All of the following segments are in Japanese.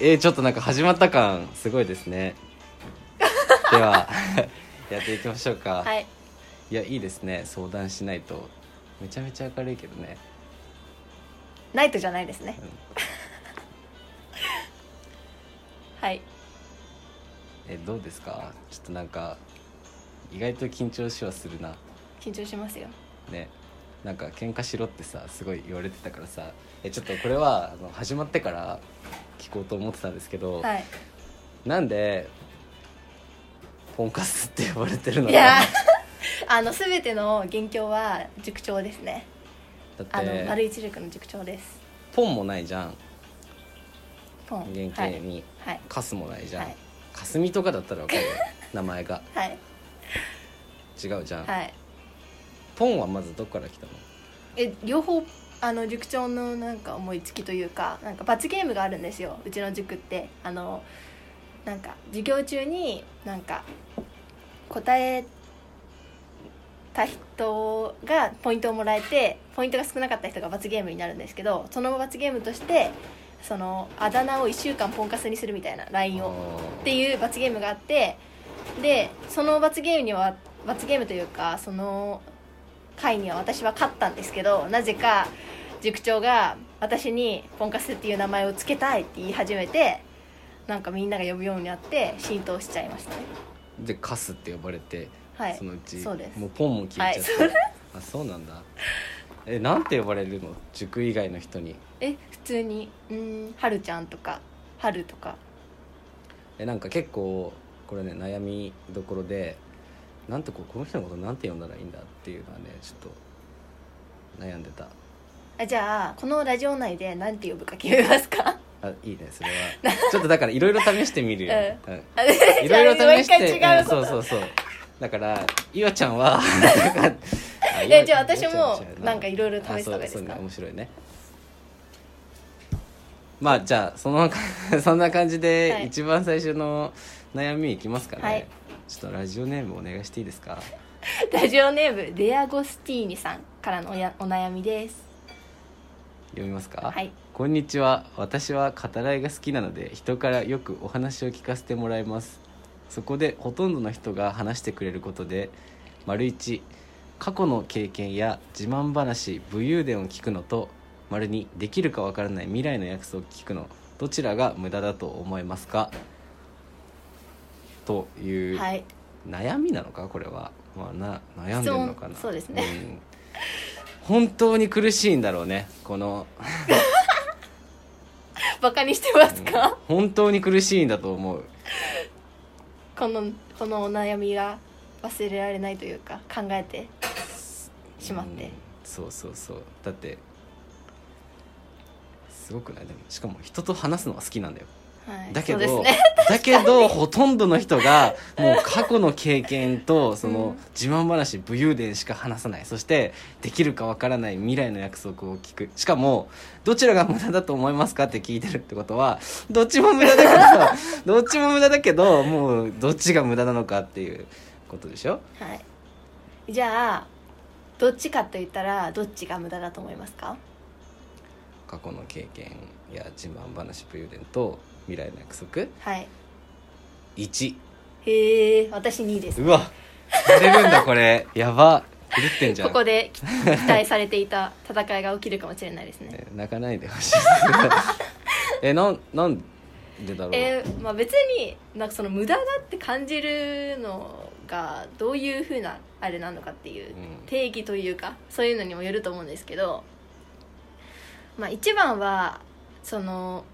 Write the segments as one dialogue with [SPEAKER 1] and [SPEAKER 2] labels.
[SPEAKER 1] えー、ちょっとなんか始まった感すごいですねで はやっていきましょうか、
[SPEAKER 2] はい
[SPEAKER 1] いやいいですね相談しないとめちゃめちゃ明るいけどね
[SPEAKER 2] ナイトじゃないですね はい
[SPEAKER 1] えどうですかちょっとなんか意外と緊張しはするな
[SPEAKER 2] 緊張しますよ
[SPEAKER 1] ねなんか喧嘩しろってさすごい言われてたからさえちょっとこれはあの始まってから聞こうと思ってたんですけど、
[SPEAKER 2] はい
[SPEAKER 1] なんでポンカスって呼ばれてるの
[SPEAKER 2] い
[SPEAKER 1] か
[SPEAKER 2] や
[SPEAKER 1] な
[SPEAKER 2] あの全ての元凶は塾長ですね
[SPEAKER 1] だ
[SPEAKER 2] あ
[SPEAKER 1] っ
[SPEAKER 2] の丸
[SPEAKER 1] て
[SPEAKER 2] 一塾の塾長です
[SPEAKER 1] ポンもないじゃん
[SPEAKER 2] ポン
[SPEAKER 1] 原
[SPEAKER 2] は
[SPEAKER 1] 型
[SPEAKER 2] い
[SPEAKER 1] に、
[SPEAKER 2] はい
[SPEAKER 1] カスもないじゃん、
[SPEAKER 2] はい
[SPEAKER 1] かすみとかだったらわかるよ 名前が
[SPEAKER 2] はい、
[SPEAKER 1] 違うじゃん、
[SPEAKER 2] はい、
[SPEAKER 1] ポンはまずどこから来たの
[SPEAKER 2] え両方あの塾長のなんか思いつきというかなんか罰ゲームがあるんですようちの塾ってあのなんか授業中になんか答えた人がポイントをもらえてポイントが少なかった人が罰ゲームになるんですけどその罰ゲームとしてそのあだ名を1週間ポンカスにするみたいな LINE をっ
[SPEAKER 1] あ
[SPEAKER 2] ていう罰ゲームがあってでその罰ゲームには罰ゲームというかその回には私は勝ったんですけどなぜか塾長が私に「ポンカス」っていう名前を付けたいって言い始めてなんかみんなが呼ぶようになって浸透しちゃいましたね
[SPEAKER 1] ーでカスって呼ばれて
[SPEAKER 2] はい
[SPEAKER 1] そのうち
[SPEAKER 2] そうです
[SPEAKER 1] もうポンも消えちゃって、
[SPEAKER 2] は
[SPEAKER 1] あそうなんだえなんて呼ばれるの塾以外の人に
[SPEAKER 2] え普通に「うーんはるちゃん」とか「はる」とか
[SPEAKER 1] えなんか結構これね悩みどころでなんてこうこの人のことなんて呼んだらいいんだっていうのはねちょっと悩んでた
[SPEAKER 2] あじゃあこのラジオ内で何て呼ぶか決めますか
[SPEAKER 1] あいいねそれはちょっとだからいろいろ試してみるよ、うん
[SPEAKER 2] あじゃあ
[SPEAKER 1] いろいろ試して
[SPEAKER 2] もう一回違うこと、
[SPEAKER 1] んそうそうそうだからいわちゃんは
[SPEAKER 2] い
[SPEAKER 1] い
[SPEAKER 2] やじゃあ私もなんかいろいろ試した方がいいです
[SPEAKER 1] そ
[SPEAKER 2] か
[SPEAKER 1] うね面白いねまあじゃあその そんな感じ
[SPEAKER 2] は
[SPEAKER 1] で
[SPEAKER 2] い
[SPEAKER 1] 一番最初の悩みいきますかね、
[SPEAKER 2] はい
[SPEAKER 1] ちょっとラジオネームお願いしていいですか
[SPEAKER 2] ラジオネームデアゴスティーニさんからのおやお悩みです
[SPEAKER 1] 読みますか、
[SPEAKER 2] はい
[SPEAKER 1] こんにちは私は語らいが好きなので人からよくお話を聞かせてもらいますそこでほとんどの人が話してくれることで丸一過去の経験や自慢話武勇伝を聞くのと丸二できるかわからない未来の約束を聞くのどちらが無駄だと思いますかという
[SPEAKER 2] はい
[SPEAKER 1] 悩みなのかこれは、まあ、な悩んでるのかな
[SPEAKER 2] 質問そうですね
[SPEAKER 1] ん本当に苦しいんだろうねこの
[SPEAKER 2] バカにしてます
[SPEAKER 1] うん
[SPEAKER 2] か、
[SPEAKER 1] 本当に苦しいんだと思う
[SPEAKER 2] このこのお悩みが忘れられないというか考えてしまっ
[SPEAKER 1] う
[SPEAKER 2] て
[SPEAKER 1] ん、そうそうそうだってすごくないでもしかも人と話すのは好きなんだよ
[SPEAKER 2] はい
[SPEAKER 1] だけど、
[SPEAKER 2] そうです ね
[SPEAKER 1] だけどほとんどの人がもう過去の経験とその
[SPEAKER 2] うん
[SPEAKER 1] 自慢話武勇伝しか話さないそしてできるかわからない未来の約束を聞くしかもどちらが無駄だと思いますかって聞いてるってことはどっちも無駄だけ どどっちも無駄だけどもうどっちが無駄なのかっていうことでしょ
[SPEAKER 2] はいじゃあどっちかと言ったらどっちが無駄だと思いますか
[SPEAKER 1] 過去の経験や自慢話武勇伝と未来の約束
[SPEAKER 2] はい
[SPEAKER 1] 1
[SPEAKER 2] へえ私2位です
[SPEAKER 1] うわやれるんだこれやば狂ってんじゃん
[SPEAKER 2] ここでき期待されていた戦いが起きるかもしれないですね
[SPEAKER 1] えー泣かないでほしいえなんなんでだろう、
[SPEAKER 2] えーまあ、別になんかその無駄だって感じるのがどういうふうなあれなのかっていう
[SPEAKER 1] うん
[SPEAKER 2] 定義というかそういうのにもよると思うんですけど、まあ、一番はその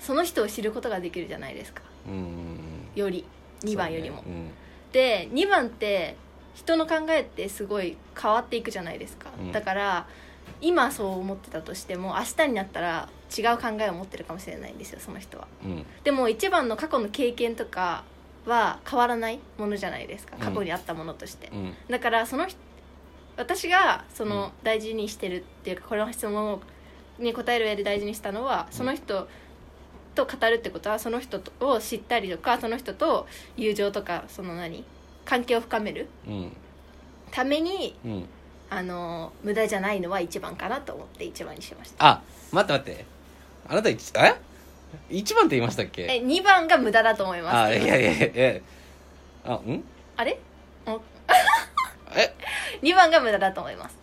[SPEAKER 2] その人を知ることができるじゃないですか
[SPEAKER 1] うんうん
[SPEAKER 2] より
[SPEAKER 1] うん
[SPEAKER 2] 2番よりも。
[SPEAKER 1] そうね
[SPEAKER 2] で2番って人の考えってすごい変わっていくじゃないですか、
[SPEAKER 1] うん
[SPEAKER 2] だから今そう思ってたとしても明日になったら違う考えを持ってるかもしれないんですよその人は。
[SPEAKER 1] うんうん
[SPEAKER 2] でも一番の過去の経験とかは変わらないものじゃないですか
[SPEAKER 1] うん
[SPEAKER 2] 過去にあったものとして、
[SPEAKER 1] うん
[SPEAKER 2] だからその人私がそ
[SPEAKER 1] うん
[SPEAKER 2] の大事にしてるっていうかこの質問に答える上で大事にしたのはその人と語るってことはその人を知ったりとかその人と友情とかその何関係を深める
[SPEAKER 1] うん
[SPEAKER 2] ために
[SPEAKER 1] うん
[SPEAKER 2] あの無駄じゃないのは一番かなと思って一番にしました
[SPEAKER 1] あ待って待ってあなた一え一番って言いましたっけ
[SPEAKER 2] え2番が無駄だと思います
[SPEAKER 1] あいやいやいやえあん
[SPEAKER 2] あれ
[SPEAKER 1] え
[SPEAKER 2] 2番が無駄だと思います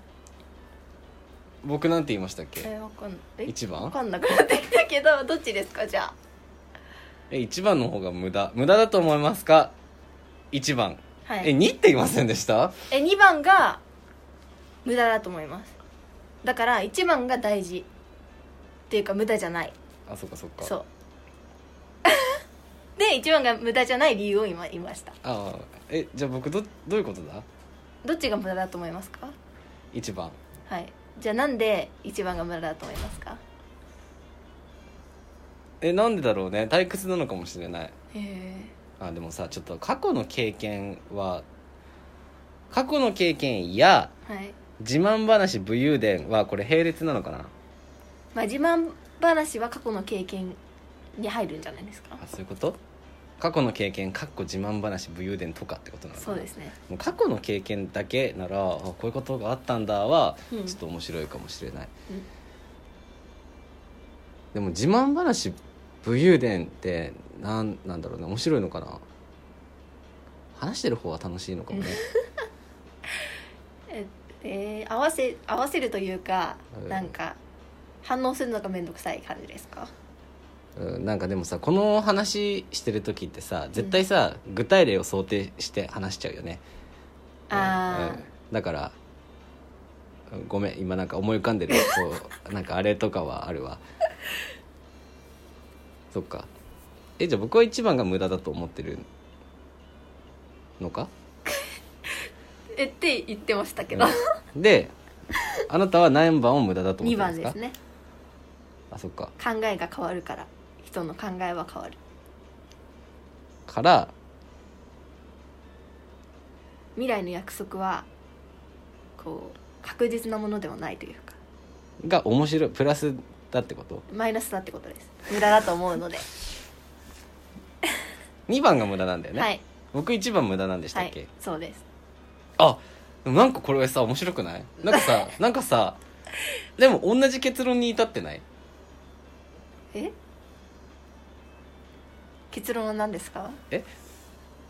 [SPEAKER 1] 僕なんて言いましたっけ
[SPEAKER 2] えわかんえ
[SPEAKER 1] 一
[SPEAKER 2] わ
[SPEAKER 1] 番
[SPEAKER 2] かんなくなってきたけどどっちですかじゃあ
[SPEAKER 1] え一番の方が無駄無駄だと思いますか一番
[SPEAKER 2] は
[SPEAKER 1] え
[SPEAKER 2] い
[SPEAKER 1] 二って言いませんでした
[SPEAKER 2] え2番が無駄だと思いますだから1番が大事っていうか無駄じゃない
[SPEAKER 1] あそっかそっか
[SPEAKER 2] そう で1番が無駄じゃない理由を今言いました
[SPEAKER 1] ああえじゃあ僕どどういうことだ
[SPEAKER 2] どっちが無駄だと思いますか
[SPEAKER 1] 一番
[SPEAKER 2] はいじゃあなんで1番が無駄だと思いますか
[SPEAKER 1] えなんでだろうね退屈なのかもしれない
[SPEAKER 2] へえ
[SPEAKER 1] あでもさちょっと過去の経験は過去の経験や
[SPEAKER 2] はい
[SPEAKER 1] 自慢話武勇伝はこれ並列なのかな
[SPEAKER 2] まあ自慢話は過去の経験に入るんじゃないですか
[SPEAKER 1] あそういうこと過去の経験かっこ自慢話武勇伝とかってことなのかな
[SPEAKER 2] そうですね
[SPEAKER 1] もう過去の経験だけならあこういうことがあったんだはち
[SPEAKER 2] う
[SPEAKER 1] ょ
[SPEAKER 2] ん
[SPEAKER 1] っと面白いかもしれない、
[SPEAKER 2] うん
[SPEAKER 1] でも自慢話武勇伝ってなんなんだろうね面白いのかな話してる方は楽しいのかも ね
[SPEAKER 2] ええー合わせ合わせるというか、
[SPEAKER 1] うん
[SPEAKER 2] なんか反応するのが面倒くさい感じですか
[SPEAKER 1] うんなんかでもさこの話してる時ってさ絶対さ、具体例を想定して話しちゃうよね
[SPEAKER 2] あー
[SPEAKER 1] うんだからうんごめん今なんか思い浮かんでる そうなんかあれとかはあるわそっかえじゃあ僕は一番が無駄だと思ってるのか
[SPEAKER 2] えって言ってましたけ ど、
[SPEAKER 1] うんであなたは何番を無駄だと思っ
[SPEAKER 2] 2
[SPEAKER 1] てるんです
[SPEAKER 2] 番で
[SPEAKER 1] か
[SPEAKER 2] すね
[SPEAKER 1] あそっか
[SPEAKER 2] 考えが変わるから人の考えは変わる
[SPEAKER 1] から
[SPEAKER 2] 未来の約束はこう確実なものではないというか
[SPEAKER 1] が面白いプラスだってこと
[SPEAKER 2] マイナスだってことです無駄だと思うので、
[SPEAKER 1] 2番が無駄なんだよね、
[SPEAKER 2] はい
[SPEAKER 1] 僕1番無駄なんでした
[SPEAKER 2] は
[SPEAKER 1] っけ、
[SPEAKER 2] いそうです
[SPEAKER 1] あでもなんかこれさ面白くないなんか さなんかさでも同じ結論に至ってない
[SPEAKER 2] え結論は何ですか
[SPEAKER 1] 待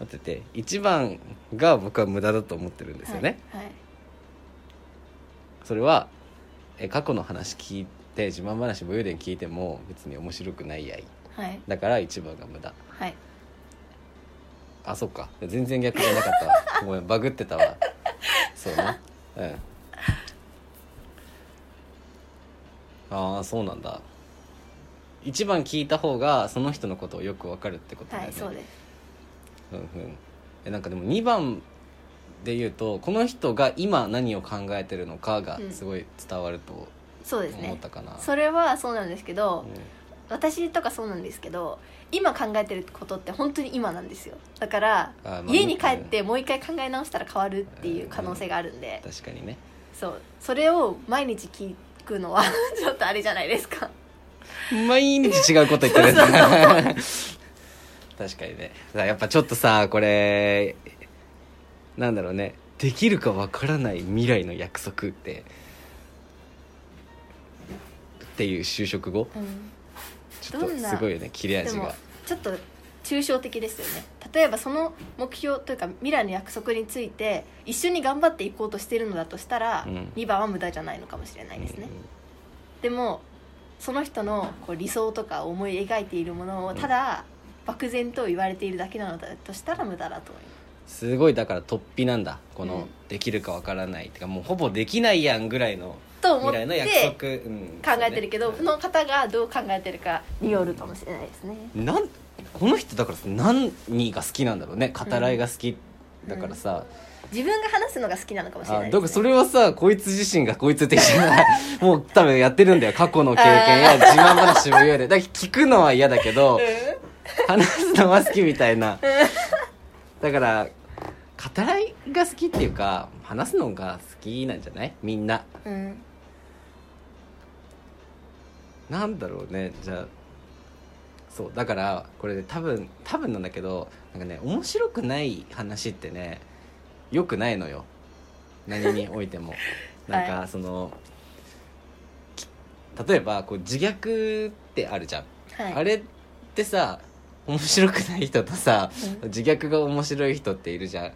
[SPEAKER 1] ってて1番が僕は無駄だと思ってるんですよね、
[SPEAKER 2] はい、はい
[SPEAKER 1] それはえ過去の話聞いて自慢話武勇伝聞いても別に面白くないやい
[SPEAKER 2] はい
[SPEAKER 1] だから1番が無駄
[SPEAKER 2] はい
[SPEAKER 1] あそっか全然逆じゃなかったわごめ んバグってたわそうねうんああそうなんだ一番聞いた方がその人のことをよくわかるってことだよ
[SPEAKER 2] は
[SPEAKER 1] ね、
[SPEAKER 2] い、そうです
[SPEAKER 1] うんうんえなんかでも2番で言うとこの人が今何を考えてるのかが
[SPEAKER 2] うん
[SPEAKER 1] すごい伝わると
[SPEAKER 2] そうです
[SPEAKER 1] 思っ
[SPEAKER 2] ね
[SPEAKER 1] たかな、
[SPEAKER 2] それはそうなんですけど、
[SPEAKER 1] うん
[SPEAKER 2] 私とかそうなんですけど今考えてることって本当に今なんですよだから、
[SPEAKER 1] あーまあ
[SPEAKER 2] 家に帰ってもう一回考え直したら変わるっていう可能性があるんで、
[SPEAKER 1] 確かにね
[SPEAKER 2] そうそれを毎日聞くのは ちょっとあれじゃないですか
[SPEAKER 1] 毎日違うこと言ってる確かにねさあやっぱちょっとさこれなんだろうねできるかわからない未来の約束ってっていう就職後
[SPEAKER 2] うん
[SPEAKER 1] ちょっと
[SPEAKER 2] どんな
[SPEAKER 1] すごいよね切れ
[SPEAKER 2] で
[SPEAKER 1] 味
[SPEAKER 2] も
[SPEAKER 1] が
[SPEAKER 2] ちょっと抽象的ですよね例えばその目標というか未来の約束について一緒に頑張っていこうとしてるのだとしたら、
[SPEAKER 1] うん
[SPEAKER 2] 2番は無駄じゃないのかもしれないですね、でもその人のこう理想とか思い描いているものをただ漠然と言われているだけなのだとしたら無駄だと思います
[SPEAKER 1] すごいだから突飛なんだこの、
[SPEAKER 2] うん
[SPEAKER 1] できるかわからないってかもうほぼできないやんぐらいの
[SPEAKER 2] と思っ
[SPEAKER 1] 未来の約
[SPEAKER 2] て
[SPEAKER 1] 束、うん
[SPEAKER 2] 考えてるけど
[SPEAKER 1] そう
[SPEAKER 2] そ
[SPEAKER 1] ね
[SPEAKER 2] の方がどう考えてるかによるかもしれないですね
[SPEAKER 1] なんこの人だからさ何が好きなんだろうね語らいが好き、だからさ、
[SPEAKER 2] 自分が話すのが好きなのかもしれ
[SPEAKER 1] あ
[SPEAKER 2] な
[SPEAKER 1] だ
[SPEAKER 2] いで
[SPEAKER 1] から
[SPEAKER 2] す
[SPEAKER 1] そ
[SPEAKER 2] ね
[SPEAKER 1] れはさこいつ自身がこいつ的じゃない もう多分やってるんだよ過去の経験や自慢話も嫌でだから聞くのは嫌だけど話すのは好きみたいなだから語らいが好きっていうか話すのが好きなんじゃないみんな
[SPEAKER 2] うん、うん
[SPEAKER 1] なんだろうねじゃあそうだからこれね多分多分なんだけどなんかね面白くない話ってねよくないのよ何においてもなん
[SPEAKER 2] は
[SPEAKER 1] かその、き例えばこう自虐ってあるじゃん
[SPEAKER 2] はい
[SPEAKER 1] あれってさ面白くない人とさ
[SPEAKER 2] う
[SPEAKER 1] 自虐が面白い人っているじゃん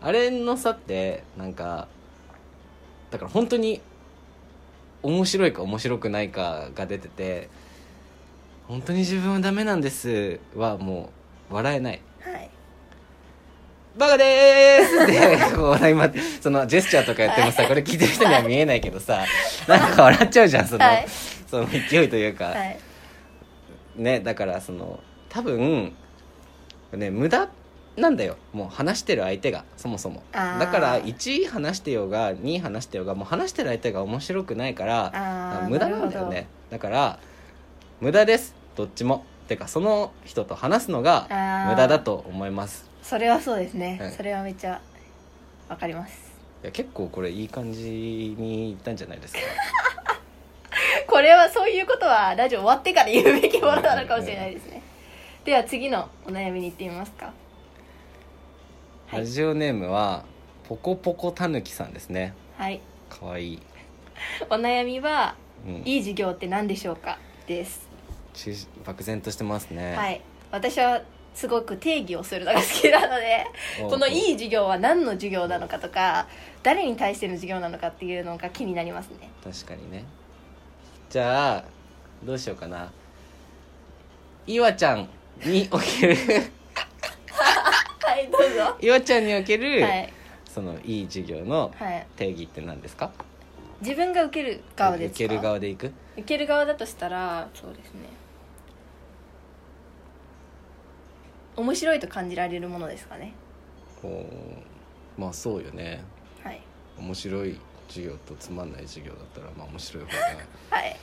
[SPEAKER 1] あれの差ってなんかだから本当に面白いか面白くないかが出てて「本当に自分はダメなんです」はもう笑えない
[SPEAKER 2] はい
[SPEAKER 1] 「バカでーす!」ってこう笑いまそのジェスチャーとかやってもさこれ聞いてる人には見えないけどさなんか笑っちゃうじゃんその,、
[SPEAKER 2] はい
[SPEAKER 1] その勢いというか、
[SPEAKER 2] はい
[SPEAKER 1] ねだからその多分ね無駄なんだよもう話してる相手がそもそも
[SPEAKER 2] あー
[SPEAKER 1] だから1話してようが2話してようがもう話してる相手が面白くないから
[SPEAKER 2] あー
[SPEAKER 1] 無駄なんだよねだから無駄ですどっちもてかその人と話すのが
[SPEAKER 2] あー
[SPEAKER 1] 無駄だと思います
[SPEAKER 2] それはそうですね、
[SPEAKER 1] はい
[SPEAKER 2] それはめっちゃわかります
[SPEAKER 1] いや結構これいい感じにいったんじゃない ですか
[SPEAKER 2] これはそういうことはラジオ終わってから言うべきものなのかもしれないですねでは次のお悩みに行ってみますかはい
[SPEAKER 1] ラジオネームはポコポコたぬきさんですね
[SPEAKER 2] はい
[SPEAKER 1] かわいい、
[SPEAKER 2] お悩みは
[SPEAKER 1] うん、
[SPEAKER 2] いい授業って何でしょうかです
[SPEAKER 1] 中止漠然としてますね、
[SPEAKER 2] はい私はすごく定義をするのが好きなので
[SPEAKER 1] おう
[SPEAKER 2] このいい授業は何の授業なのかとか誰に対しての授業なのかっていうのが気になりますね
[SPEAKER 1] 確かにねじゃあどうしようかないわちゃんにおける
[SPEAKER 2] はいどうぞ
[SPEAKER 1] いわちゃんにおける、
[SPEAKER 2] はい、
[SPEAKER 1] そのいい授業の
[SPEAKER 2] はい、
[SPEAKER 1] 定義って何ですか
[SPEAKER 2] 自分が受ける側ですか
[SPEAKER 1] 受ける側でいく
[SPEAKER 2] 受ける側だとしたらそうですね面白いと感じられるものですかね
[SPEAKER 1] おーまあそうよね
[SPEAKER 2] はい
[SPEAKER 1] 面白い授業とつまんない授業だったらまあ面白い方が
[SPEAKER 2] はい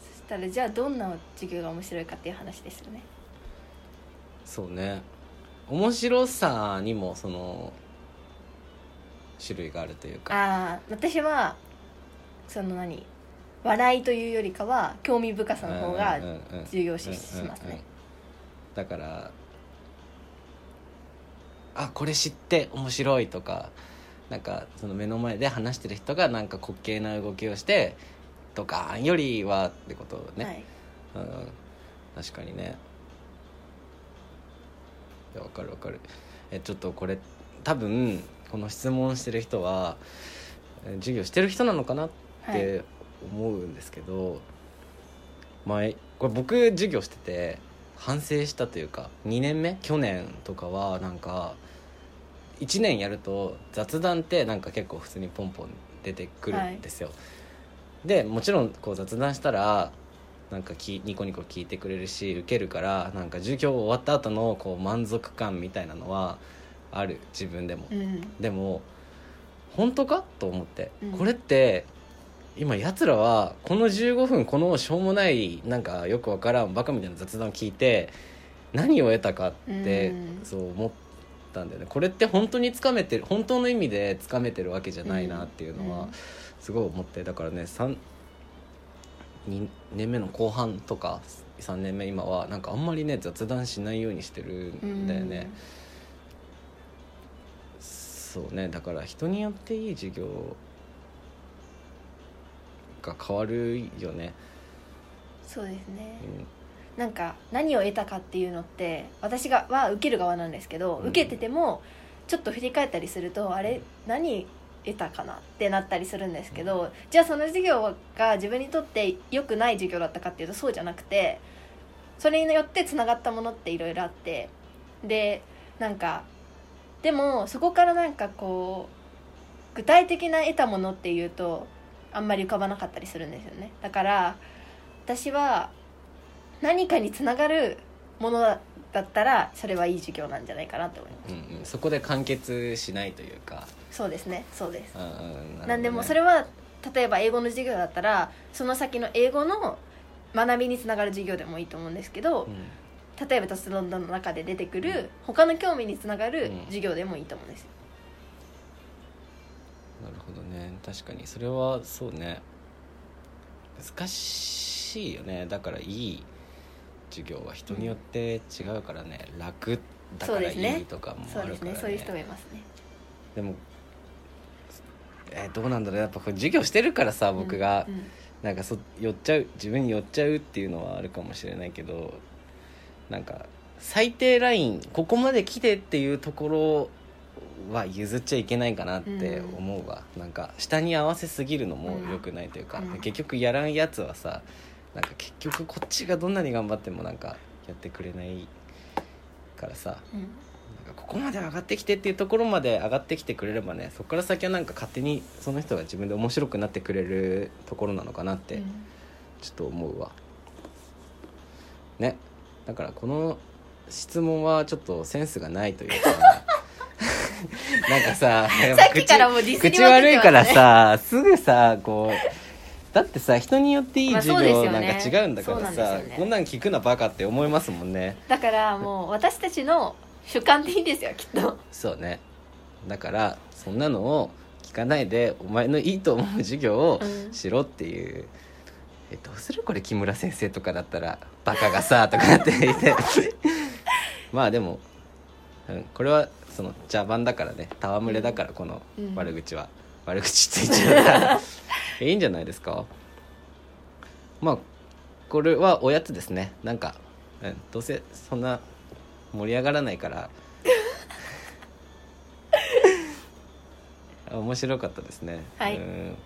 [SPEAKER 2] そしたらじゃあどんな授業が面白いかっていう話ですよね
[SPEAKER 1] そうね面白さにもその種類があるというか
[SPEAKER 2] ああ私はその何笑いというよりかは興味深さの方が
[SPEAKER 1] うんうんうんうん
[SPEAKER 2] 重要視します
[SPEAKER 1] うんうんうん
[SPEAKER 2] ね
[SPEAKER 1] だからあこれ知って面白いとかなんかその目の前で話してる人がなんか滑稽な動きをしてドカーンよりはってこと
[SPEAKER 2] は
[SPEAKER 1] ね、
[SPEAKER 2] い
[SPEAKER 1] うん、確かにねいやわかるわかるえちょっとこれ多分この質問してる人はえ授業してる人なのかなっっ
[SPEAKER 2] はい
[SPEAKER 1] て思うんですけど、前これ僕授業してて反省したというか2年目去年とかはなんか1年やると雑談ってなんか結構普通にポンポン出てくるんですよ、でもちろんこう雑談したらなんかきニコニコ聞いてくれるし受けるからなんか授業終わった後のこう満足感みたいなのはある自分でも
[SPEAKER 2] うん
[SPEAKER 1] でも本当かと思って、
[SPEAKER 2] うん
[SPEAKER 1] これって今やつらはこの15分このしょうもないなんかよくわからんバカみたいな雑談聞いて何を得たかって
[SPEAKER 2] うん
[SPEAKER 1] そう思ったんだよねこれって本当につかめてる本当の意味でつかめてるわけじゃないなっていうの
[SPEAKER 2] う
[SPEAKER 1] は
[SPEAKER 2] ん
[SPEAKER 1] すごい思ってだからね3 2年目の後半とか3年目今はなんかあんまりね雑談しないようにしてるんだよね。そうねだから人によっていい授業が変わるよね、
[SPEAKER 2] そうですね
[SPEAKER 1] うん
[SPEAKER 2] なんか何を得たかっていうのって私がは受ける側なんですけど、
[SPEAKER 1] うん
[SPEAKER 2] 受けててもちょっと振り返ったりするとあれ何得たかなってなったりするんですけど、じゃあその授業が自分にとって良くない授業だったかっていうとそうじゃなくてそれによってつながったものっていろいろあってでなんかでもそこからなんかこう具体的な得たものっていうとあんまり浮かばなかったりするんですよねだから私は何かにつながるものだったらそれはいい授業なんじゃないかなと思いま
[SPEAKER 1] うんうんそこで完結しないというか、
[SPEAKER 2] すそうですねそうです
[SPEAKER 1] うんうん
[SPEAKER 2] なんでもそ
[SPEAKER 1] れ
[SPEAKER 2] れは例えば英語の授業だったらその先の英語の学びにつながる授業でもいいと思うんですけど例えば「雑論の中で出てくる他の興味につながる授業でもいいと思うんですよ
[SPEAKER 1] なるほどね確かにそれはそうね難しいよねだからいい授業は人によって違うからね、楽だか
[SPEAKER 2] そう
[SPEAKER 1] ら
[SPEAKER 2] ですね
[SPEAKER 1] いいとかも
[SPEAKER 2] そ
[SPEAKER 1] あ
[SPEAKER 2] うで
[SPEAKER 1] る
[SPEAKER 2] す
[SPEAKER 1] から、
[SPEAKER 2] ね
[SPEAKER 1] ね、
[SPEAKER 2] そういう人もいますね
[SPEAKER 1] でもえーどうなんだろうやっぱこれ授業してるからさ僕が、
[SPEAKER 2] うんうん
[SPEAKER 1] なんかそ寄っちゃう自分に寄っちゃうっていうのはあるかもしれないけどなんか最低ラインここまで来てっていうところは譲っちゃいけないかなって思うわ、なんか下に合わせすぎるのも良くないというか、
[SPEAKER 2] うん
[SPEAKER 1] 結局やらんやつはさなんか結局こっちがどんなに頑張ってもなんかやってくれないからさ
[SPEAKER 2] うん
[SPEAKER 1] なんかここまで上がってきてっていうところまで上がってきてくれればねそこから先はなんか勝手にその人が自分で面白くなってくれるところなのかなって、
[SPEAKER 2] うん
[SPEAKER 1] ちょっと思うわねだからこの質問はちょっとセンスがないというか なんかさ
[SPEAKER 2] さっきからもうディスり
[SPEAKER 1] 口
[SPEAKER 2] まくっ
[SPEAKER 1] 悪
[SPEAKER 2] て
[SPEAKER 1] い
[SPEAKER 2] ます
[SPEAKER 1] か
[SPEAKER 2] ね
[SPEAKER 1] らさすぐさこうだってさ人によっていい
[SPEAKER 2] まあ
[SPEAKER 1] 授
[SPEAKER 2] そう
[SPEAKER 1] 業
[SPEAKER 2] です
[SPEAKER 1] な
[SPEAKER 2] よ
[SPEAKER 1] ん
[SPEAKER 2] ね
[SPEAKER 1] か違うんだから
[SPEAKER 2] そうなん
[SPEAKER 1] さ
[SPEAKER 2] ですよね
[SPEAKER 1] こんなん聞くなバカって思いますもんね
[SPEAKER 2] だからもう私たちの主観でいいんですよきっと
[SPEAKER 1] そうねだからそんなのを聞かないでお前のいいと思う授業を
[SPEAKER 2] うん
[SPEAKER 1] しろっていう、えどうするこれ木村先生とかだったら「バカがさ」とかって言って まあでも、うん、これはその茶番だからね戯れだからこの
[SPEAKER 2] うん
[SPEAKER 1] 悪口は、悪口って言っちゃうから いいんじゃないですかまあこれはおやつですねなんか、うん、どうせそんな盛り上がらないから 面白かったですね
[SPEAKER 2] はい
[SPEAKER 1] うん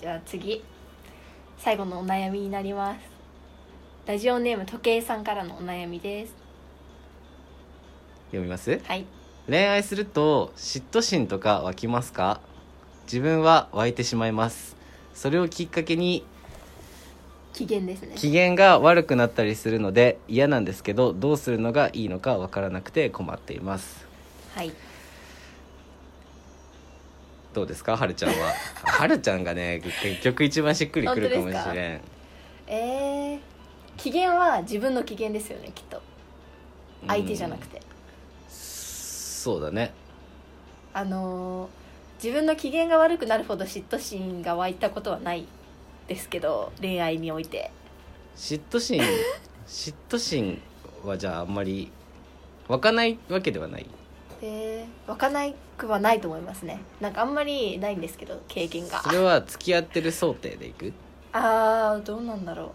[SPEAKER 2] じゃあ次最後のお悩みになりますラジオネーム時計さんからのお悩みです
[SPEAKER 1] 読みます
[SPEAKER 2] はい
[SPEAKER 1] 恋愛すると嫉妬心とか湧きますか自分は湧いてしまいますそれをきっかけに
[SPEAKER 2] 機嫌ですね
[SPEAKER 1] 機嫌が悪くなったりするので嫌なんですけどどうするのがいいのかわからなくて困っています
[SPEAKER 2] はい
[SPEAKER 1] どうですかはるちゃん ははるちゃんがね結局一番しっくりくるかもし
[SPEAKER 2] 本当
[SPEAKER 1] れん
[SPEAKER 2] えー、機嫌は自分の機嫌ですよねきっと相手じゃなく
[SPEAKER 1] て
[SPEAKER 2] て、
[SPEAKER 1] そうだね
[SPEAKER 2] あのー自分の機嫌が悪くなるほど嫉妬心が湧いたことはないですけど恋愛において
[SPEAKER 1] 嫉妬 心嫉妬心はじゃああんまり湧かないわけではない
[SPEAKER 2] えー、湧かないくはないと思いますねなんかあんまりないんですけど経験が
[SPEAKER 1] それは付き合ってる想定でいく
[SPEAKER 2] あーどうなんだろう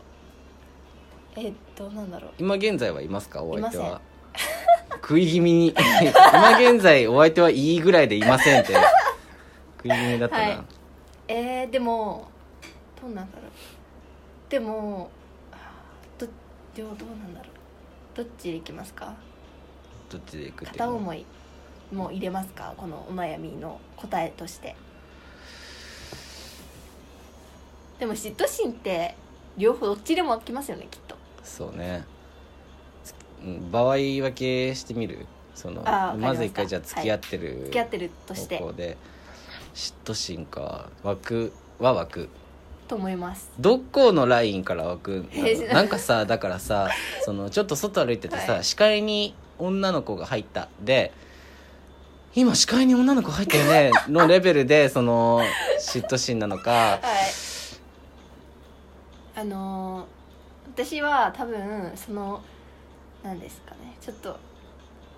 [SPEAKER 2] えー、どうなんだろう
[SPEAKER 1] 今現在はいますかお相手
[SPEAKER 2] いま
[SPEAKER 1] は 食い気味に今現在お相手はいいぐらいでいませんって食い気味だったな、
[SPEAKER 2] はいえー、でもどうなんだろうでもあーどどうどうなんだろうどっちでいきますか
[SPEAKER 1] どっちでいくっていう
[SPEAKER 2] 片
[SPEAKER 1] の
[SPEAKER 2] 思いも入れますかこのお悩みの答えとしてでも嫉妬心って両方どっちでも湧きますよねきっと
[SPEAKER 1] そうねつうん場合分けしてみるその
[SPEAKER 2] あーわかりました
[SPEAKER 1] ず一回じゃあ付き合ってる、
[SPEAKER 2] 付き合ってるとして
[SPEAKER 1] 方向で嫉妬心か枠は枠
[SPEAKER 2] と思います
[SPEAKER 1] どこのラインから湧くんだろう
[SPEAKER 2] えー
[SPEAKER 1] なんかさだからさそのちょっと外歩いててさ、
[SPEAKER 2] はい
[SPEAKER 1] 視界に女の子が入ったで今視界に女の子入ったよねのレベルでその嫉妬心なのか
[SPEAKER 2] はいあのー私は多分その何ですかねちょっと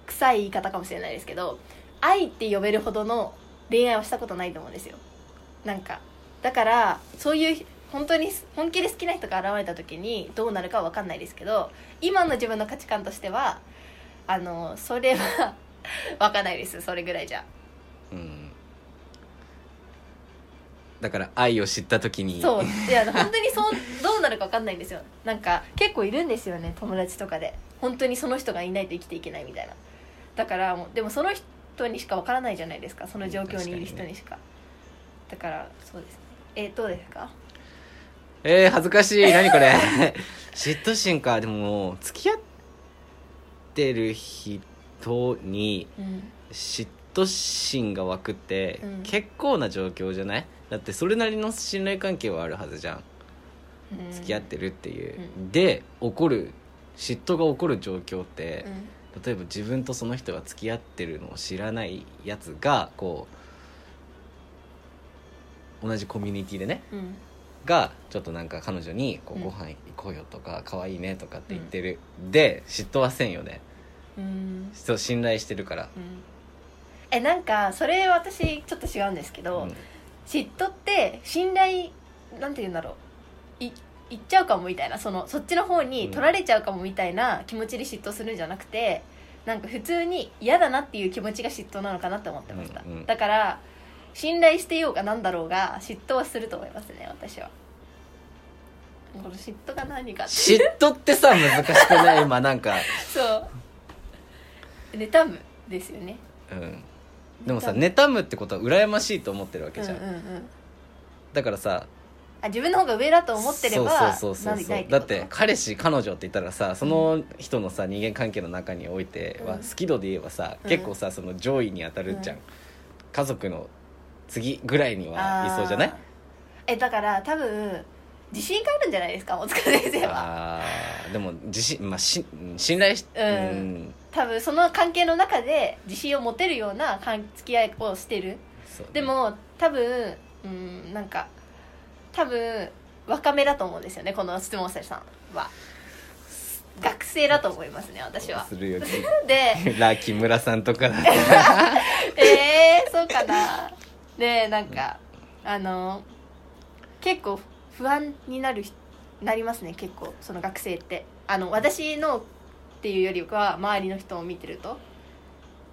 [SPEAKER 2] 臭い言い方かもしれないですけど愛って呼べるほどの恋愛をしたことないと思うんですよなんかだからそういう本当に本気で好きな人が現れた時にどうなるかは分かんないですけど今の自分の価値観としてはあのーそれは分かんないですそれぐらいじゃ
[SPEAKER 1] うんだから愛を知った時に
[SPEAKER 2] そうい や本当にそうどうなるか分かんないんですよなんか結構いるんですよね友達とかで本当にその人がいないと生きていけないみたいなだからもうでもその人にしか分からないじゃないですかその状況にいる人にしかだからそうですねえどうですか
[SPEAKER 1] えー、恥ずかしい何これ 嫉妬心かでも付き合ってる人に
[SPEAKER 2] うん
[SPEAKER 1] 嫉妬心が湧くって、
[SPEAKER 2] うん
[SPEAKER 1] 結構な状況じゃないだってそれなりの信頼関係はあるはずじゃん
[SPEAKER 2] うん
[SPEAKER 1] 付き合ってるっていう、
[SPEAKER 2] う
[SPEAKER 1] で起こる嫉妬が起こる状況って
[SPEAKER 2] う、ん
[SPEAKER 1] 例えば自分とその人が付き合ってるのを知らないやつがこう同じコミュニティでね
[SPEAKER 2] うん
[SPEAKER 1] がちょっとなんか彼女にこ
[SPEAKER 2] う
[SPEAKER 1] うんご飯行こうよとか可愛いねとかって言ってる、で嫉妬はせんよね
[SPEAKER 2] うん
[SPEAKER 1] そう信頼してるから、
[SPEAKER 2] うんえなんかそれ私ちょっと違うんですけど、
[SPEAKER 1] うん
[SPEAKER 2] 嫉妬って信頼なんて言うんだろうい行っちゃうかもみたいなそのそっちの方に取られちゃうかもみたいな気持ちで嫉妬するんじゃなくてなんか普通に嫌だなっていう気持ちが嫉妬なのかなって思ってました、
[SPEAKER 1] うんうん
[SPEAKER 2] だから信頼してようがなんだろうが嫉妬はすると思いますね私はこの嫉妬が何かって
[SPEAKER 1] 嫉妬ってさ難しくない今なん か、
[SPEAKER 2] そう妬むですよね
[SPEAKER 1] うん、でもさ妬むってことは羨ましいと思ってるわ
[SPEAKER 2] う
[SPEAKER 1] け
[SPEAKER 2] んう
[SPEAKER 1] じゃ
[SPEAKER 2] ん
[SPEAKER 1] ん、
[SPEAKER 2] うん
[SPEAKER 1] だからさ
[SPEAKER 2] あ自分の方が上だと思ってれば
[SPEAKER 1] そうそうそうそう
[SPEAKER 2] な
[SPEAKER 1] そ
[SPEAKER 2] いう
[SPEAKER 1] だ
[SPEAKER 2] ない
[SPEAKER 1] っ
[SPEAKER 2] こと
[SPEAKER 1] て彼氏彼女って言ったらさその人のさ人間関係の中においては、
[SPEAKER 2] うん
[SPEAKER 1] 好き度で言えばさ、
[SPEAKER 2] うん
[SPEAKER 1] 結構さその上位に当たるじゃん、
[SPEAKER 2] うん
[SPEAKER 1] 家族の次ぐらいには
[SPEAKER 2] あー
[SPEAKER 1] いそうじゃない
[SPEAKER 2] えだから多分自信があるんじゃないですか大塚先生
[SPEAKER 1] あ
[SPEAKER 2] は
[SPEAKER 1] ーでも自信まあしうん信頼し
[SPEAKER 2] うん多分その関係の中で自信を持てるような関付き合いをしてる
[SPEAKER 1] そうね
[SPEAKER 2] でも多分うんなんか多分若めだと思うんですよねこの質問者さんは学生だと思いますね私は
[SPEAKER 1] するよ
[SPEAKER 2] で
[SPEAKER 1] ラー木村さんとかだ っ
[SPEAKER 2] えー、そうかなでなんかあの結構不安になる人なりますね結構その学生ってあの私のっていうよりかは周りの人を見てると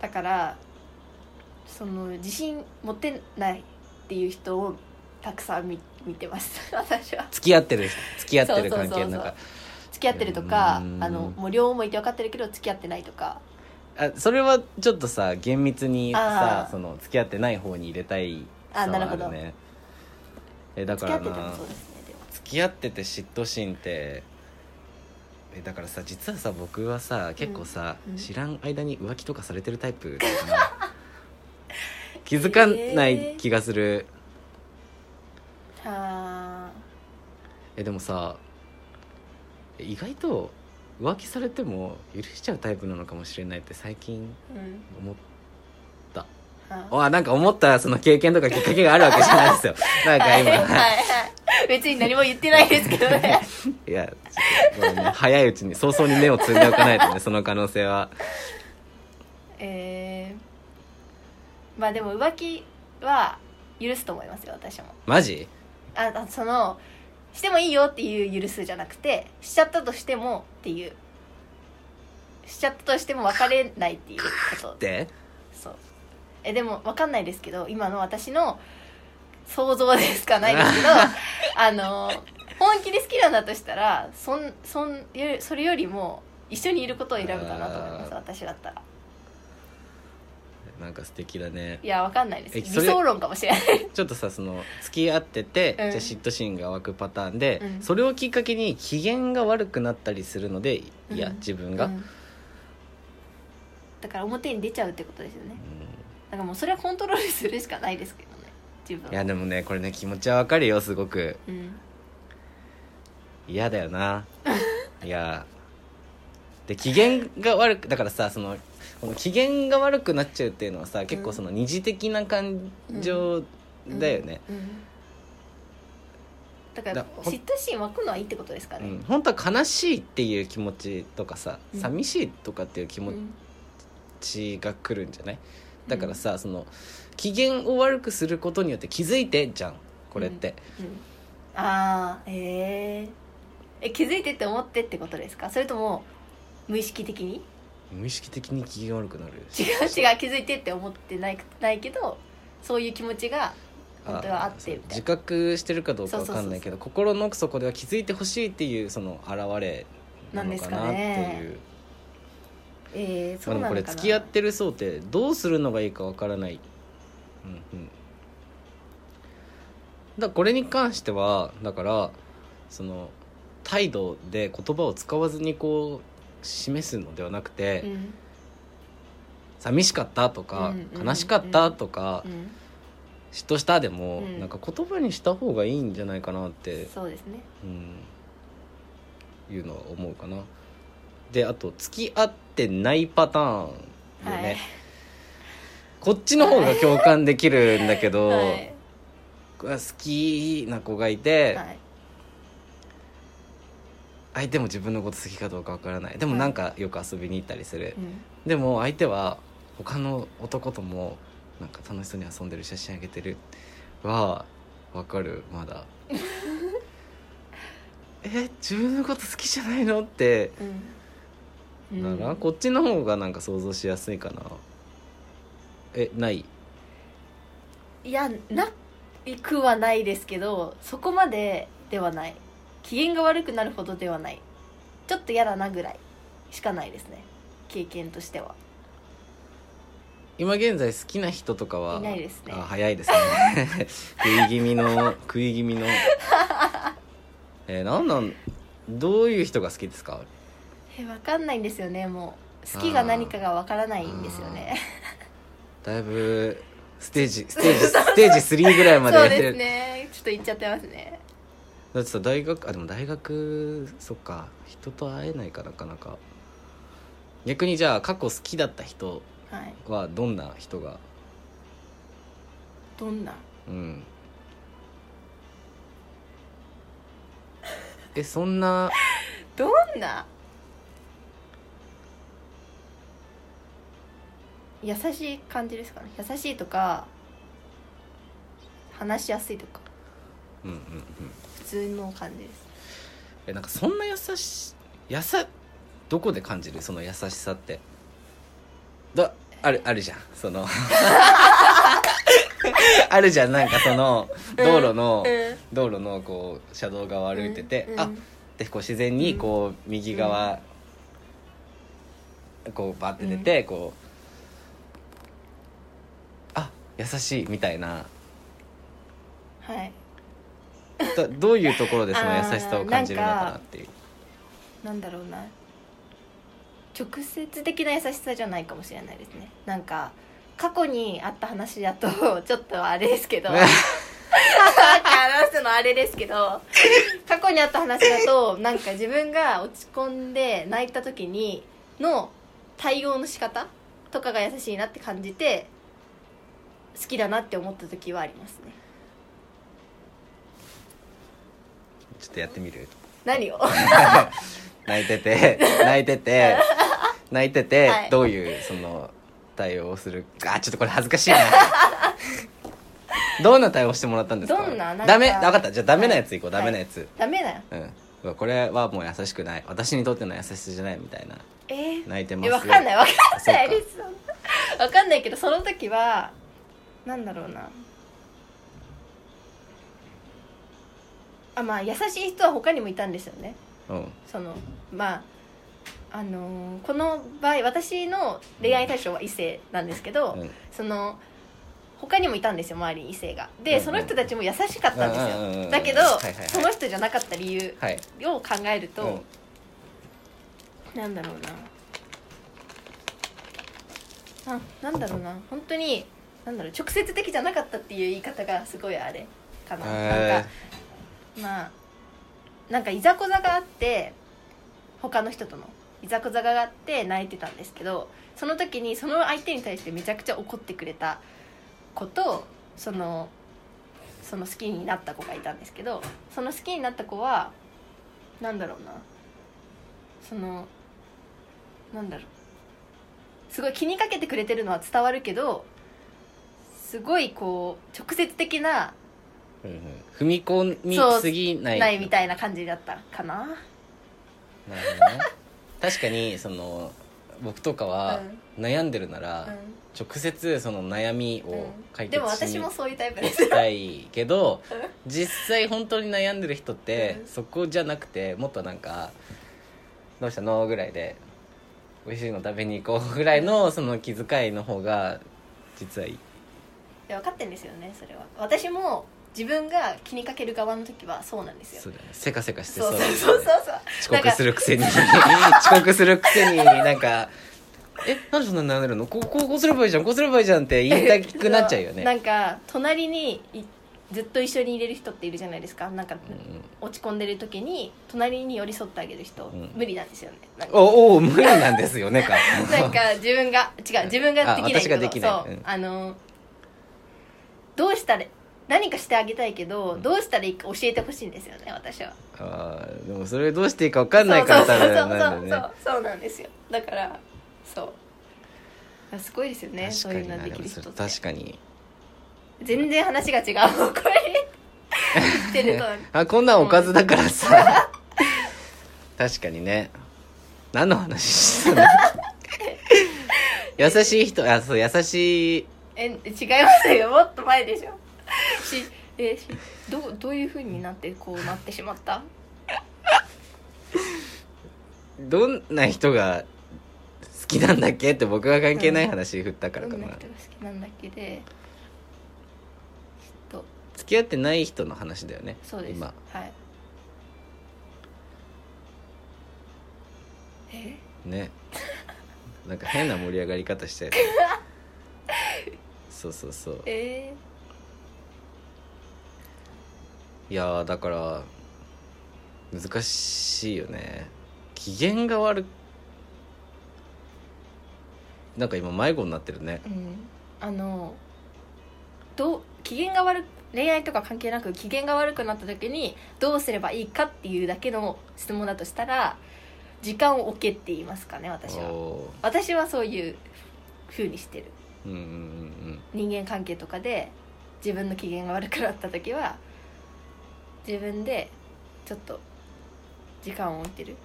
[SPEAKER 2] だからその自信持てないっていう人をたくさん見見てます 私は
[SPEAKER 1] 付き合ってる付き合ってる
[SPEAKER 2] そうそう
[SPEAKER 1] 関
[SPEAKER 2] そうそう
[SPEAKER 1] 係の中
[SPEAKER 2] 付き合ってるとかあ
[SPEAKER 1] うん
[SPEAKER 2] のもう両思いって分かってるけど付き合ってないとか
[SPEAKER 1] あそれはちょっとさ厳密にさ
[SPEAKER 2] あー
[SPEAKER 1] その付き合ってない方に入れたいさ
[SPEAKER 2] あ
[SPEAKER 1] は
[SPEAKER 2] なるほど
[SPEAKER 1] ねえだか
[SPEAKER 2] 付き合
[SPEAKER 1] ら
[SPEAKER 2] ってても
[SPEAKER 1] な
[SPEAKER 2] そうですねでも
[SPEAKER 1] 付き合ってて嫉妬心ってえだからさ実はさ僕はさ結構さ、
[SPEAKER 2] うん
[SPEAKER 1] 知らん間に浮気とかされてるタイプだから 気づかない気がする、
[SPEAKER 2] は
[SPEAKER 1] えでもさ意外と浮気されても許しちゃうタイプなのかもしれないって最近
[SPEAKER 2] ーうん
[SPEAKER 1] 思っ
[SPEAKER 2] はー
[SPEAKER 1] あなんか思ったその経験とかきっかけがあるわけじゃないです よなんか今、
[SPEAKER 2] はいはいはい、別に何も言ってないですけど ね
[SPEAKER 1] い、やちょっともうね早いうちに早々に目をつんでおかないとねその可能性は
[SPEAKER 2] えー、まあでも浮気は許すと思いますよ私も
[SPEAKER 1] マジ
[SPEAKER 2] ああそのしてもいいよっていう許すじゃなくてしちゃったとしてもっていうしちゃったとしても別れないっていうこと
[SPEAKER 1] って
[SPEAKER 2] そうえでも分かんないですけど今の私の想像でしかないです けどあの本気で好きなんだとしたらそんそんよそれよりも一緒にいることを選ぶかなと思います
[SPEAKER 1] あー
[SPEAKER 2] 私だったら
[SPEAKER 1] なんか素敵だね
[SPEAKER 2] いや分かんないです
[SPEAKER 1] え
[SPEAKER 2] 理
[SPEAKER 1] それ
[SPEAKER 2] 想論かもしれない
[SPEAKER 1] ちょっとさその付き合ってて、
[SPEAKER 2] うん
[SPEAKER 1] じゃあ嫉妬心が湧くパターンで、
[SPEAKER 2] うん
[SPEAKER 1] それをきっかけに機嫌が悪くなったりするのでいや、
[SPEAKER 2] うん
[SPEAKER 1] 自分が、
[SPEAKER 2] う
[SPEAKER 1] うん
[SPEAKER 2] んだから表に出ちゃうってことですよねだからもうそれはコントロールするしかないですけどね自分
[SPEAKER 1] い
[SPEAKER 2] は
[SPEAKER 1] やでもねこれね気持ちはわかるよすごく
[SPEAKER 2] うん
[SPEAKER 1] 嫌だよないやで機嫌が悪くだからさそのこの機嫌が悪くなっちゃうっていうのはさ結構その二次的な感情だよね、
[SPEAKER 2] うんうんだから
[SPEAKER 1] だほん
[SPEAKER 2] 嫉妬心湧くのはいいってことですか
[SPEAKER 1] う
[SPEAKER 2] ね、
[SPEAKER 1] ん本当は悲しいっていう気持ちとかさ、
[SPEAKER 2] うん
[SPEAKER 1] 寂しいとかっていう気
[SPEAKER 2] う
[SPEAKER 1] 持
[SPEAKER 2] ん
[SPEAKER 1] ちが来るんじゃないだからさ、その機嫌を悪くすることによって気づいてじゃんこれって、
[SPEAKER 2] うん、ああえー、え気づいてって思ってってことですかそれとも無意識的に
[SPEAKER 1] 無意識的に機嫌悪くなる
[SPEAKER 2] 違う違う気づいてって思ってないないけどそういう気持ちが本当はあってみたい
[SPEAKER 1] 自
[SPEAKER 2] な
[SPEAKER 1] 覚してるかどうかわかんないけど心の奥底では気づいてほしいっていうその表れなのかなって
[SPEAKER 2] なんですか
[SPEAKER 1] いう、
[SPEAKER 2] えー、そ
[SPEAKER 1] まあ、でも
[SPEAKER 2] うなの
[SPEAKER 1] こ
[SPEAKER 2] か
[SPEAKER 1] れ
[SPEAKER 2] な
[SPEAKER 1] 付き合ってる層ってどうするのがいいかわからない、うんうん、だからこれに関してはだからその態度で言葉を使わずにこう示すのではなくて、
[SPEAKER 2] うん
[SPEAKER 1] 寂しかったとか、
[SPEAKER 2] うんうん
[SPEAKER 1] 悲しかったとか、
[SPEAKER 2] うん、
[SPEAKER 1] 嫉妬したでも、
[SPEAKER 2] うん
[SPEAKER 1] なんか言葉にした方がいいんじゃないかなって
[SPEAKER 2] そうですね
[SPEAKER 1] うん、いうのは思うかなであと付き合ってないパターンよね、
[SPEAKER 2] はい
[SPEAKER 1] こっちの方が共感できるんだけど、
[SPEAKER 2] はい
[SPEAKER 1] 好きな子がいて、
[SPEAKER 2] はい
[SPEAKER 1] 相手も自分のこと好きかどうかわからないでもなんかよく遊びに行ったりする
[SPEAKER 2] う、ん
[SPEAKER 1] でも相手は他の男ともなんか楽しそうに遊んでる写 真あげてるはわかるまだ「え自分のこと好きじゃないの?」って
[SPEAKER 2] うん
[SPEAKER 1] なら、こっちの方がなんか想像しやすいかなえない
[SPEAKER 2] いやないくはないですけどそこまでではない機嫌が悪くなるほどではないちょっと嫌だなぐらいしかないですね経験としては
[SPEAKER 1] 今現在好きな人とかはい
[SPEAKER 2] ないですね
[SPEAKER 1] あ早いですね 食い気味の食い気味のえー、なんなんどういう人が好きですか
[SPEAKER 2] え分かんないんですよねもう好きが何かが分からないんですよね
[SPEAKER 1] だいぶステー ジステージステージ3ぐらいまでや
[SPEAKER 2] そ
[SPEAKER 1] っ
[SPEAKER 2] う
[SPEAKER 1] て
[SPEAKER 2] で
[SPEAKER 1] る、
[SPEAKER 2] すねちょっと言っちゃってますね
[SPEAKER 1] だってさ大学あでも大学そっか人と会えないかなかなか逆にじゃあ過去好きだった人
[SPEAKER 2] はい
[SPEAKER 1] はどんな人が
[SPEAKER 2] どんな
[SPEAKER 1] うんえそんな
[SPEAKER 2] どんな優しい感じですかね優しいとか話しやすいとか
[SPEAKER 1] うんうんうん
[SPEAKER 2] 普通の感じです
[SPEAKER 1] えなんかそんな優しやさどこで感じるその優しさってだあるあるじゃんそのあるじゃんなんかその道路の、道路のこう車道側を歩いてて、あでこう自然にこう右側、こうバって出て、こうあ優しいみたいな
[SPEAKER 2] はい
[SPEAKER 1] だどういうところでその優
[SPEAKER 2] あー
[SPEAKER 1] しさを感じるのか
[SPEAKER 2] なん
[SPEAKER 1] な
[SPEAKER 2] か
[SPEAKER 1] っていう
[SPEAKER 2] なんだろうな直接的な優しさじゃないかもしれないですねなんか過去にあった話だと ちょっとあれです けど話すのあれですけど過去にあった話だとなんか自分が落ち込んで泣いた時にの対応の仕方とかが優しいなって感じて好きだなって思った時はありますね
[SPEAKER 1] ちょっとやってみる
[SPEAKER 2] 何を
[SPEAKER 1] 泣いてて泣いてて泣いてて、
[SPEAKER 2] はい
[SPEAKER 1] どういうその対応をするかあちょっとこれ恥ずかしい などんな対応してもらったんですか
[SPEAKER 2] どんななんか
[SPEAKER 1] ダメ分かったじゃあダメなやついこう、
[SPEAKER 2] はい
[SPEAKER 1] ダメなやつ、
[SPEAKER 2] ダメだよ
[SPEAKER 1] うんうわこれはもう優しくない私にとっての優しさじゃないみたいな
[SPEAKER 2] えー、
[SPEAKER 1] 泣いてま
[SPEAKER 2] え
[SPEAKER 1] す
[SPEAKER 2] わかんないわかんな
[SPEAKER 1] そ
[SPEAKER 2] い
[SPEAKER 1] う
[SPEAKER 2] で
[SPEAKER 1] か
[SPEAKER 2] すわかんないけどその時はなんだろうなあまあ優しい人は他にもいたんですよね
[SPEAKER 1] うん
[SPEAKER 2] そのまああのーこの場合私の恋愛対象は異性なんですけど、
[SPEAKER 1] うん
[SPEAKER 2] その他にもいたんですよ周りに異性が
[SPEAKER 1] うん
[SPEAKER 2] で
[SPEAKER 1] うん
[SPEAKER 2] その人たちも優しかったんですよ、
[SPEAKER 1] うんうんうん
[SPEAKER 2] だけど、
[SPEAKER 1] はいはいはい
[SPEAKER 2] その人じゃなかった理由
[SPEAKER 1] はい
[SPEAKER 2] を考えると、
[SPEAKER 1] うん
[SPEAKER 2] なんだろうなあなんだろうな本当になんだろう直接的じゃなかったっていう言い方がすごいあれかな,、
[SPEAKER 1] へ
[SPEAKER 2] なんかまあなんかいざこざがあって他の人とのいざこざがあって泣いてたんですけどその時にその相手に対してめちゃくちゃ怒ってくれた子とそのその好きになった子がいたんですけどその好きになった子はなんだろうなそのなんだろうすごい気にかけてくれてるのは伝わるけどすごいこう直接的な
[SPEAKER 1] うんうん踏み込みすぎない
[SPEAKER 2] ないみたいな感じだったかな、
[SPEAKER 1] なるほどね確かにその僕とかは悩んでるなら、
[SPEAKER 2] う
[SPEAKER 1] 直接その悩み
[SPEAKER 2] んう
[SPEAKER 1] を解
[SPEAKER 2] ん、でも
[SPEAKER 1] 決し
[SPEAKER 2] 私
[SPEAKER 1] に
[SPEAKER 2] もそういうタイプ
[SPEAKER 1] 行
[SPEAKER 2] です
[SPEAKER 1] き たいけど実際本当に悩んでる人って
[SPEAKER 2] うん
[SPEAKER 1] そこじゃなくてもっとなんか「どうしたの?」ぐらいで「美味しいの食べに行こう」ぐらいのその気遣いの方が実はいい
[SPEAKER 2] いや分かってんですよねそれは私も自分が気にかける側の時はそうなんですよ
[SPEAKER 1] そうだねせかせかして
[SPEAKER 2] そ
[SPEAKER 1] そうう
[SPEAKER 2] そ
[SPEAKER 1] だ
[SPEAKER 2] う
[SPEAKER 1] よね
[SPEAKER 2] そうそうそう
[SPEAKER 1] 遅刻するくせに 遅刻するくせになんか「えなんでそんなに悩んでるのこうこうこうすればいいじゃんこうすればいいじゃん」って言いたくなっちゃうよね
[SPEAKER 2] なんか隣にいずっと一緒にいれる人っているじゃないですかなんか
[SPEAKER 1] うんうん
[SPEAKER 2] 落ち込んでる時に隣に寄り添ってあげる人、
[SPEAKER 1] ん
[SPEAKER 2] 無理なんですよねなんか
[SPEAKER 1] おお無理なんですよねか
[SPEAKER 2] なんか自分が違う自分ができない
[SPEAKER 1] あ私ができない
[SPEAKER 2] そう、
[SPEAKER 1] うん
[SPEAKER 2] あのどうしたら何かしてあげたいけど、どうしたらいいか教えてほしいんですよね私は
[SPEAKER 1] あーでもそれどうしていいか分かんないから
[SPEAKER 2] そう
[SPEAKER 1] 多
[SPEAKER 2] そう
[SPEAKER 1] 分なんだ
[SPEAKER 2] そうそう
[SPEAKER 1] ね
[SPEAKER 2] そうそうそうなんですよだからそうあすごいですよねそういうの
[SPEAKER 1] な
[SPEAKER 2] できる
[SPEAKER 1] でもそ
[SPEAKER 2] 人
[SPEAKER 1] れ
[SPEAKER 2] って
[SPEAKER 1] 確かに
[SPEAKER 2] 全然話が違うこれ言ってると
[SPEAKER 1] あこんなんおかずだからさ確かにね何の話してたの 優しい人あそう優しい
[SPEAKER 2] え違いますよもっと前でしょしえしどうどういうふうになってこうなってしまった
[SPEAKER 1] どんな人が好きなんだっけって僕が関係ない話振ったから
[SPEAKER 2] ど
[SPEAKER 1] か
[SPEAKER 2] んな
[SPEAKER 1] な
[SPEAKER 2] 人が好きなんだっけでちょっと
[SPEAKER 1] 付き合ってない人の話だよね
[SPEAKER 2] そうです
[SPEAKER 1] 今
[SPEAKER 2] はいえ
[SPEAKER 1] ねなんか変な盛り上がり方したや つそうそうそう
[SPEAKER 2] え
[SPEAKER 1] いやーだから難しいよね機嫌が悪なんか今迷子になってるね
[SPEAKER 2] ーうんあのどう機嫌が悪く恋愛とか関係なく機嫌が悪くなった時にどうすればいいかっていうだけの質問だとしたら時間を置けって言いますかね私は
[SPEAKER 1] お
[SPEAKER 2] 私はそういうふうにしてる
[SPEAKER 1] ーうんうんうん
[SPEAKER 2] 人間関係とかで自分の機嫌が悪くなった時は自分でちょっと時間を置いてる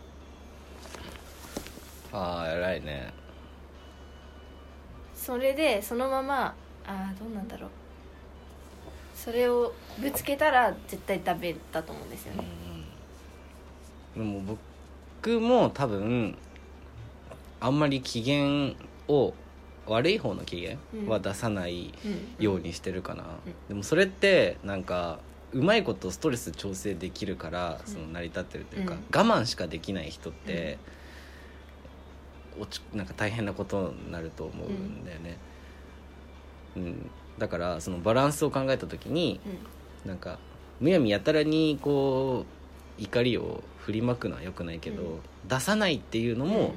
[SPEAKER 1] うんああ偉いね
[SPEAKER 2] それでそのままああどうなんだろうそれをぶつけたら絶対ダメだと思うんですよね
[SPEAKER 1] うんでも僕も多分あんまり機嫌を悪い方の機嫌
[SPEAKER 2] うん
[SPEAKER 1] は出さない
[SPEAKER 2] うん
[SPEAKER 1] ようにしてるかな、
[SPEAKER 2] うん
[SPEAKER 1] でもそれってなんかうまいことストレス調整できるから
[SPEAKER 2] うん
[SPEAKER 1] その成り立ってるというか、
[SPEAKER 2] うん
[SPEAKER 1] 我慢しかできない人って、落ちなんか大変なことになると思うんだよね、うんだからそのバランスを考えた時になんかむやみやたらにこう怒りを振りまくのは良くないけど、
[SPEAKER 2] うん
[SPEAKER 1] 出さないっていうの
[SPEAKER 2] うん
[SPEAKER 1] も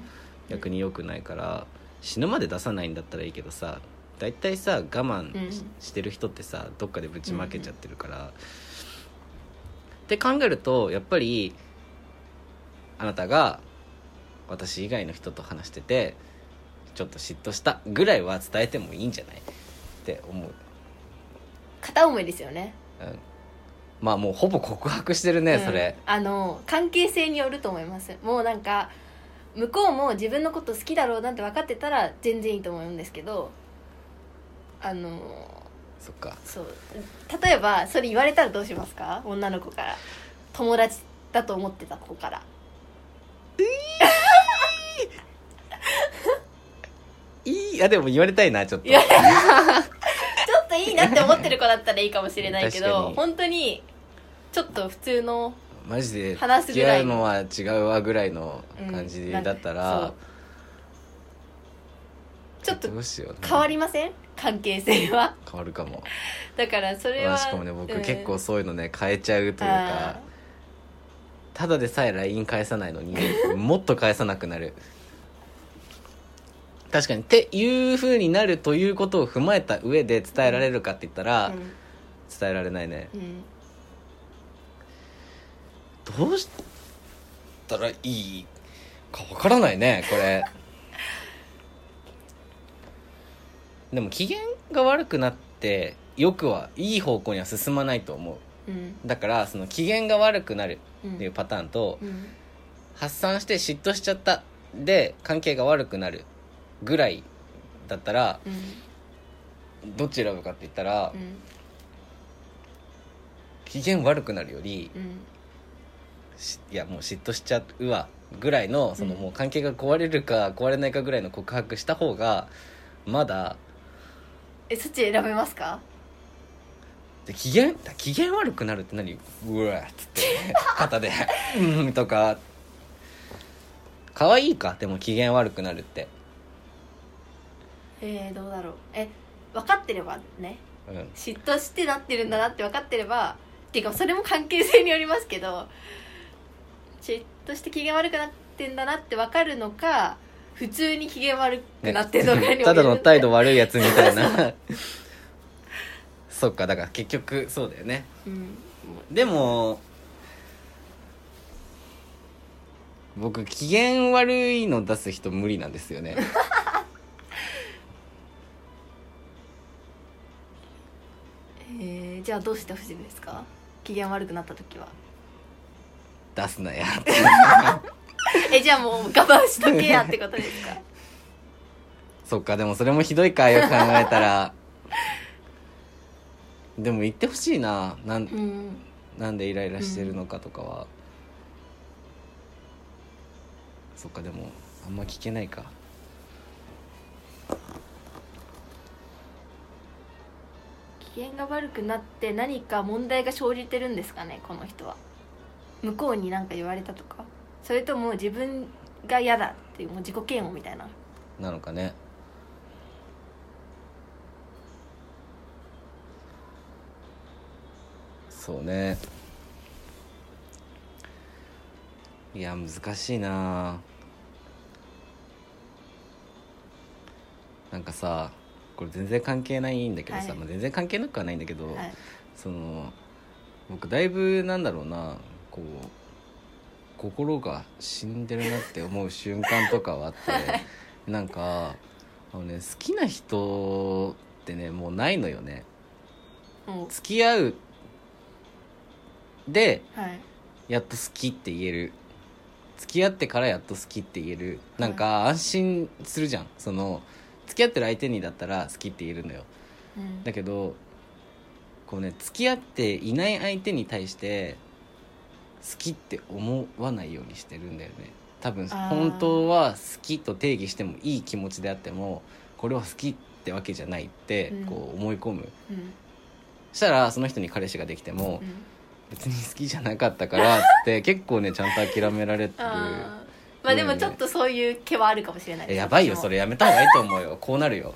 [SPEAKER 1] 逆に良くないから、死ぬまで出さないんだったらいいけどさ大体さ我慢し,、
[SPEAKER 2] うん
[SPEAKER 1] てる人ってさどっかでぶちまけちゃってるから。って考えるとやっぱりあなたが私以外の人と話しててちょっと嫉妬したぐらいは伝えてもいいんじゃないって思う。
[SPEAKER 2] 片思いですよね
[SPEAKER 1] うんまあもうほぼ告白してるね、
[SPEAKER 2] うん
[SPEAKER 1] それ
[SPEAKER 2] あの関係性によると思いますもうなんか向こうも自分のこと好きだろうなんて分かってたら全然いいと思うんですけどあの
[SPEAKER 1] そっか
[SPEAKER 2] そう例えばそれ言われたらどうしますか女の子から友達だと思ってた子から
[SPEAKER 1] いいあでも言われたいなちょっと
[SPEAKER 2] いやちょっといいなって思ってる子だったらいいかもしれないけ
[SPEAKER 1] 確か
[SPEAKER 2] ど
[SPEAKER 1] に
[SPEAKER 2] 本当にちょっと普通の
[SPEAKER 1] マジで
[SPEAKER 2] 話す
[SPEAKER 1] 付
[SPEAKER 2] ぐ
[SPEAKER 1] き
[SPEAKER 2] ら
[SPEAKER 1] 合
[SPEAKER 2] いう
[SPEAKER 1] のは違うわぐらいの感じだった
[SPEAKER 2] うんな
[SPEAKER 1] ら
[SPEAKER 2] んか、ちょっと
[SPEAKER 1] どうしようね
[SPEAKER 2] 変わりません関係性は
[SPEAKER 1] 変わるかも
[SPEAKER 2] だからそれ
[SPEAKER 1] ま
[SPEAKER 2] は
[SPEAKER 1] あしかもね僕
[SPEAKER 2] うん
[SPEAKER 1] 結構そういうのね変えちゃうという
[SPEAKER 2] あ
[SPEAKER 1] かただでさえ LINE 返さないのに もっと返さなくなる確かにっていう風になるということを踏まえた上で伝えられるかって言ったら、
[SPEAKER 2] ー
[SPEAKER 1] 伝えられないね
[SPEAKER 2] うんうん
[SPEAKER 1] どうしたらいいかわからないねこれ でも機嫌が悪くなってよくはいい方向には進まないと思
[SPEAKER 2] うん
[SPEAKER 1] うだからその機嫌が悪くなる
[SPEAKER 2] う
[SPEAKER 1] っていうんパターンと、
[SPEAKER 2] うん
[SPEAKER 1] 発散して嫉妬しちゃったで関係が悪くなるぐらいだったら
[SPEAKER 2] うん
[SPEAKER 1] どっち選ぶかって言ったら、
[SPEAKER 2] うん
[SPEAKER 1] 機嫌悪くなるより
[SPEAKER 2] うん
[SPEAKER 1] しいやもう嫉妬しちゃうわぐらいのその
[SPEAKER 2] うん
[SPEAKER 1] もう関係が壊れるか壊れないかぐらいの告白した方がまだ
[SPEAKER 2] えそっち選べますか
[SPEAKER 1] で機嫌だ機嫌悪くなるって何うわっつって 肩で「うん」とか可愛いかでも機嫌悪くなるって
[SPEAKER 2] えー、どうだろうえ分かってればね
[SPEAKER 1] うん
[SPEAKER 2] 嫉妬してなってるんだなって分かってればっていうかそれも関係性によりますけど嫉妬して機嫌悪くなってんだなって分かるのか普通に機嫌悪くなってるのかにもよる
[SPEAKER 1] ただの態度悪いやつみたいな そっかだから結局そうだよね
[SPEAKER 2] うん
[SPEAKER 1] でも僕機嫌悪いの出す人無理なんですよね
[SPEAKER 2] えー、じゃあどうしてほしいですか機嫌悪くなった時は
[SPEAKER 1] 出すなや
[SPEAKER 2] えじゃあもう我慢しとけやってことです か
[SPEAKER 1] そっかでもそれもひどいかよく考えたらでも言ってほしいななん
[SPEAKER 2] うん
[SPEAKER 1] なんでイライラしてるのかとかは、そっかでもあんま聞けないか
[SPEAKER 2] 機嫌が悪くなって何か問題が生じてるんですかねこの人は向こうに何か言われたとかそれとも自分が嫌だっていうもう自己嫌悪みたいな
[SPEAKER 1] なのかねそうねいや難しいななんかさこれ全然関係ないんだけどさ、
[SPEAKER 2] はい
[SPEAKER 1] まあ全然関係なくはないんだけど、
[SPEAKER 2] はい
[SPEAKER 1] その僕だいぶなんだろうなこう心が死んでるなって思う瞬間とかはあって、なんかあのね好きな人ってねもうないのよね
[SPEAKER 2] も
[SPEAKER 1] 付き合うで
[SPEAKER 2] うはい
[SPEAKER 1] やっと好きって言える付き合ってからやっと好きって言えるなんか安心するじゃんその付き合ってる相手にだったら好きって言えるのよ
[SPEAKER 2] うん
[SPEAKER 1] だけどこうね付き合っていない相手に対して好きって思わないようにしてるんだよね多分
[SPEAKER 2] あー
[SPEAKER 1] 本当は好きと定義してもいい気持ちであってもこれは好きってわけじゃないって
[SPEAKER 2] うん
[SPEAKER 1] こう思い込む、
[SPEAKER 2] うん
[SPEAKER 1] したらその人に彼氏ができても
[SPEAKER 2] うん
[SPEAKER 1] 別に好きじゃなかったからっつって 結構ねちゃんと諦められてる
[SPEAKER 2] あーまあでもちょっとそういう気はあるかもしれない
[SPEAKER 1] え
[SPEAKER 2] です
[SPEAKER 1] やばいよそれやめた方がいいと思うよこうなるよ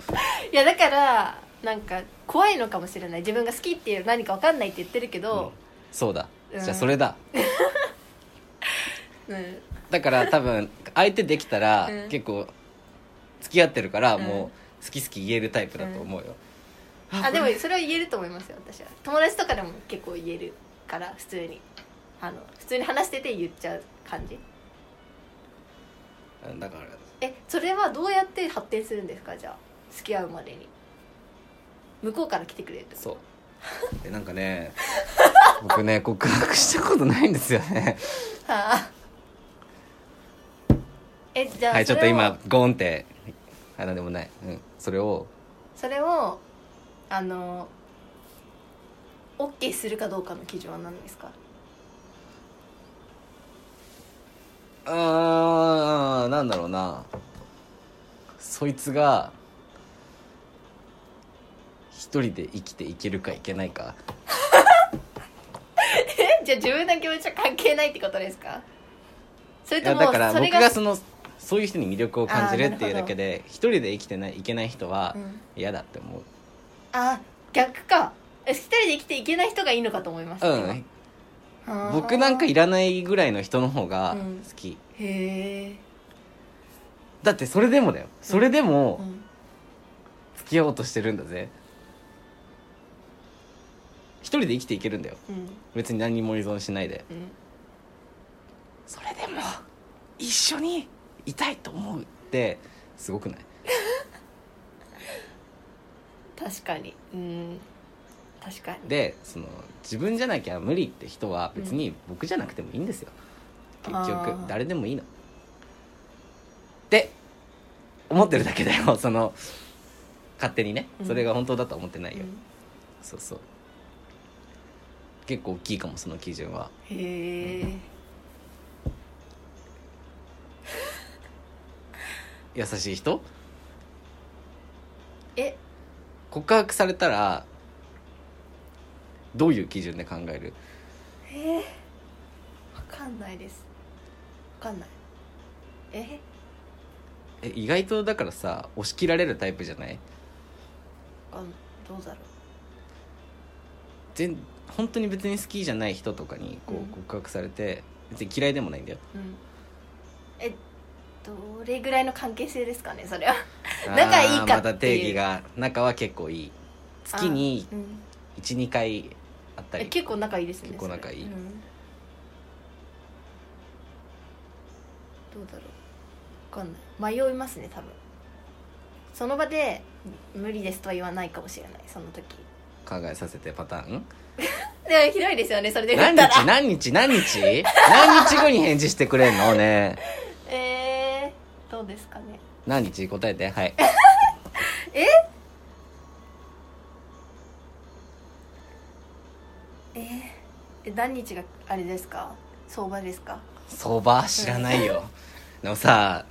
[SPEAKER 2] いやだからなんか怖いのかもしれない自分が好きっていう何か分かんないって言ってるけど、
[SPEAKER 1] そうだ
[SPEAKER 2] うん
[SPEAKER 1] じゃあそれだ
[SPEAKER 2] うん
[SPEAKER 1] だから多分相手できたら
[SPEAKER 2] うん
[SPEAKER 1] 結構付き合ってるから
[SPEAKER 2] うん
[SPEAKER 1] もう好き好き言えるタイプだと思うよ、
[SPEAKER 2] あでもそれは言えると思いますよ私は友達とかでも結構言えるから普通にあの普通に話してて言っちゃう感じ
[SPEAKER 1] うんだから
[SPEAKER 2] えそれはどうやって発展するんですかじゃあ付き合うまでに向こうから来てくれるってこと
[SPEAKER 1] そうでなんかね僕ね告白したことないんですよね
[SPEAKER 2] はあえじゃあ
[SPEAKER 1] はいちょっと
[SPEAKER 2] それを
[SPEAKER 1] 今ゴーンってあなんでもない、うん、それを
[SPEAKER 2] それをあの OK するかどうかの基準は何ですか
[SPEAKER 1] あーなんだろうなそいつが一人で生きていけるかいけないか
[SPEAKER 2] えじゃあ自分の気持ちは関係ないってことですかそれ
[SPEAKER 1] い
[SPEAKER 2] と
[SPEAKER 1] や
[SPEAKER 2] も
[SPEAKER 1] だから
[SPEAKER 2] そ
[SPEAKER 1] 僕
[SPEAKER 2] れ
[SPEAKER 1] がそのそういう人に魅力を感じ
[SPEAKER 2] あ
[SPEAKER 1] る
[SPEAKER 2] ー
[SPEAKER 1] っていうだけで一人で生きてないいけない人は
[SPEAKER 2] うん
[SPEAKER 1] 嫌だって思う
[SPEAKER 2] あ逆かえ一人で生きていけない人がいいのかと思いました、
[SPEAKER 1] うん
[SPEAKER 2] 今
[SPEAKER 1] 僕なんかいらないぐらいの人の方が
[SPEAKER 2] うん
[SPEAKER 1] 好き、
[SPEAKER 2] へえ、
[SPEAKER 1] だってそれでもだよそれで
[SPEAKER 2] う
[SPEAKER 1] も
[SPEAKER 2] ん
[SPEAKER 1] 付き合おうとしてるんだぜ一人で生きていけるんだよ
[SPEAKER 2] うん
[SPEAKER 1] 別に何にも依存しないで
[SPEAKER 2] うん、
[SPEAKER 1] それでも一緒にいたいと思うってすごくない
[SPEAKER 2] 確かにうん確かに
[SPEAKER 1] でその自分じゃなきゃ無理って人は別に僕じゃなくてもいいんですよ、
[SPEAKER 2] うん
[SPEAKER 1] 結
[SPEAKER 2] あ
[SPEAKER 1] 局
[SPEAKER 2] ー
[SPEAKER 1] 誰でもいいのって思ってるだけだよ その勝手にね
[SPEAKER 2] うん
[SPEAKER 1] それが本当だとは思ってないよ、
[SPEAKER 2] うん
[SPEAKER 1] そうそう結構大きいかもその基準は
[SPEAKER 2] へえ
[SPEAKER 1] 優しい人
[SPEAKER 2] え
[SPEAKER 1] 告白されたらどういう基準で考える
[SPEAKER 2] えわかんないですわかんないえ
[SPEAKER 1] え意外とだからさ押し切られるタイプじゃない
[SPEAKER 2] わかんどうだろ
[SPEAKER 1] 全本当に別に好きじゃない人とかにこ
[SPEAKER 2] うん
[SPEAKER 1] う告白されて、別に嫌いでもないんだよ
[SPEAKER 2] ううんえどれぐらいの関係性ですかねそれは 仲いいか
[SPEAKER 1] あー
[SPEAKER 2] っていう
[SPEAKER 1] また定義が仲は結構いい月に
[SPEAKER 2] あうん
[SPEAKER 1] 12回あった
[SPEAKER 2] え
[SPEAKER 1] り
[SPEAKER 2] 結構仲いいですね
[SPEAKER 1] 結構仲いい
[SPEAKER 2] それうんどうだろうわかんない迷いますね多分その場で「無理です」とは言わないかもしれないその時
[SPEAKER 1] 考えさせてパターン
[SPEAKER 2] でもひどいですよねそれで言
[SPEAKER 1] 何
[SPEAKER 2] ったら
[SPEAKER 1] 日何日何日何日後に返事してくれんのね
[SPEAKER 2] えどうですかね
[SPEAKER 1] 何日答えてはい
[SPEAKER 2] えーえ何日があれですか相場ですか
[SPEAKER 1] 相場知らないよでもさ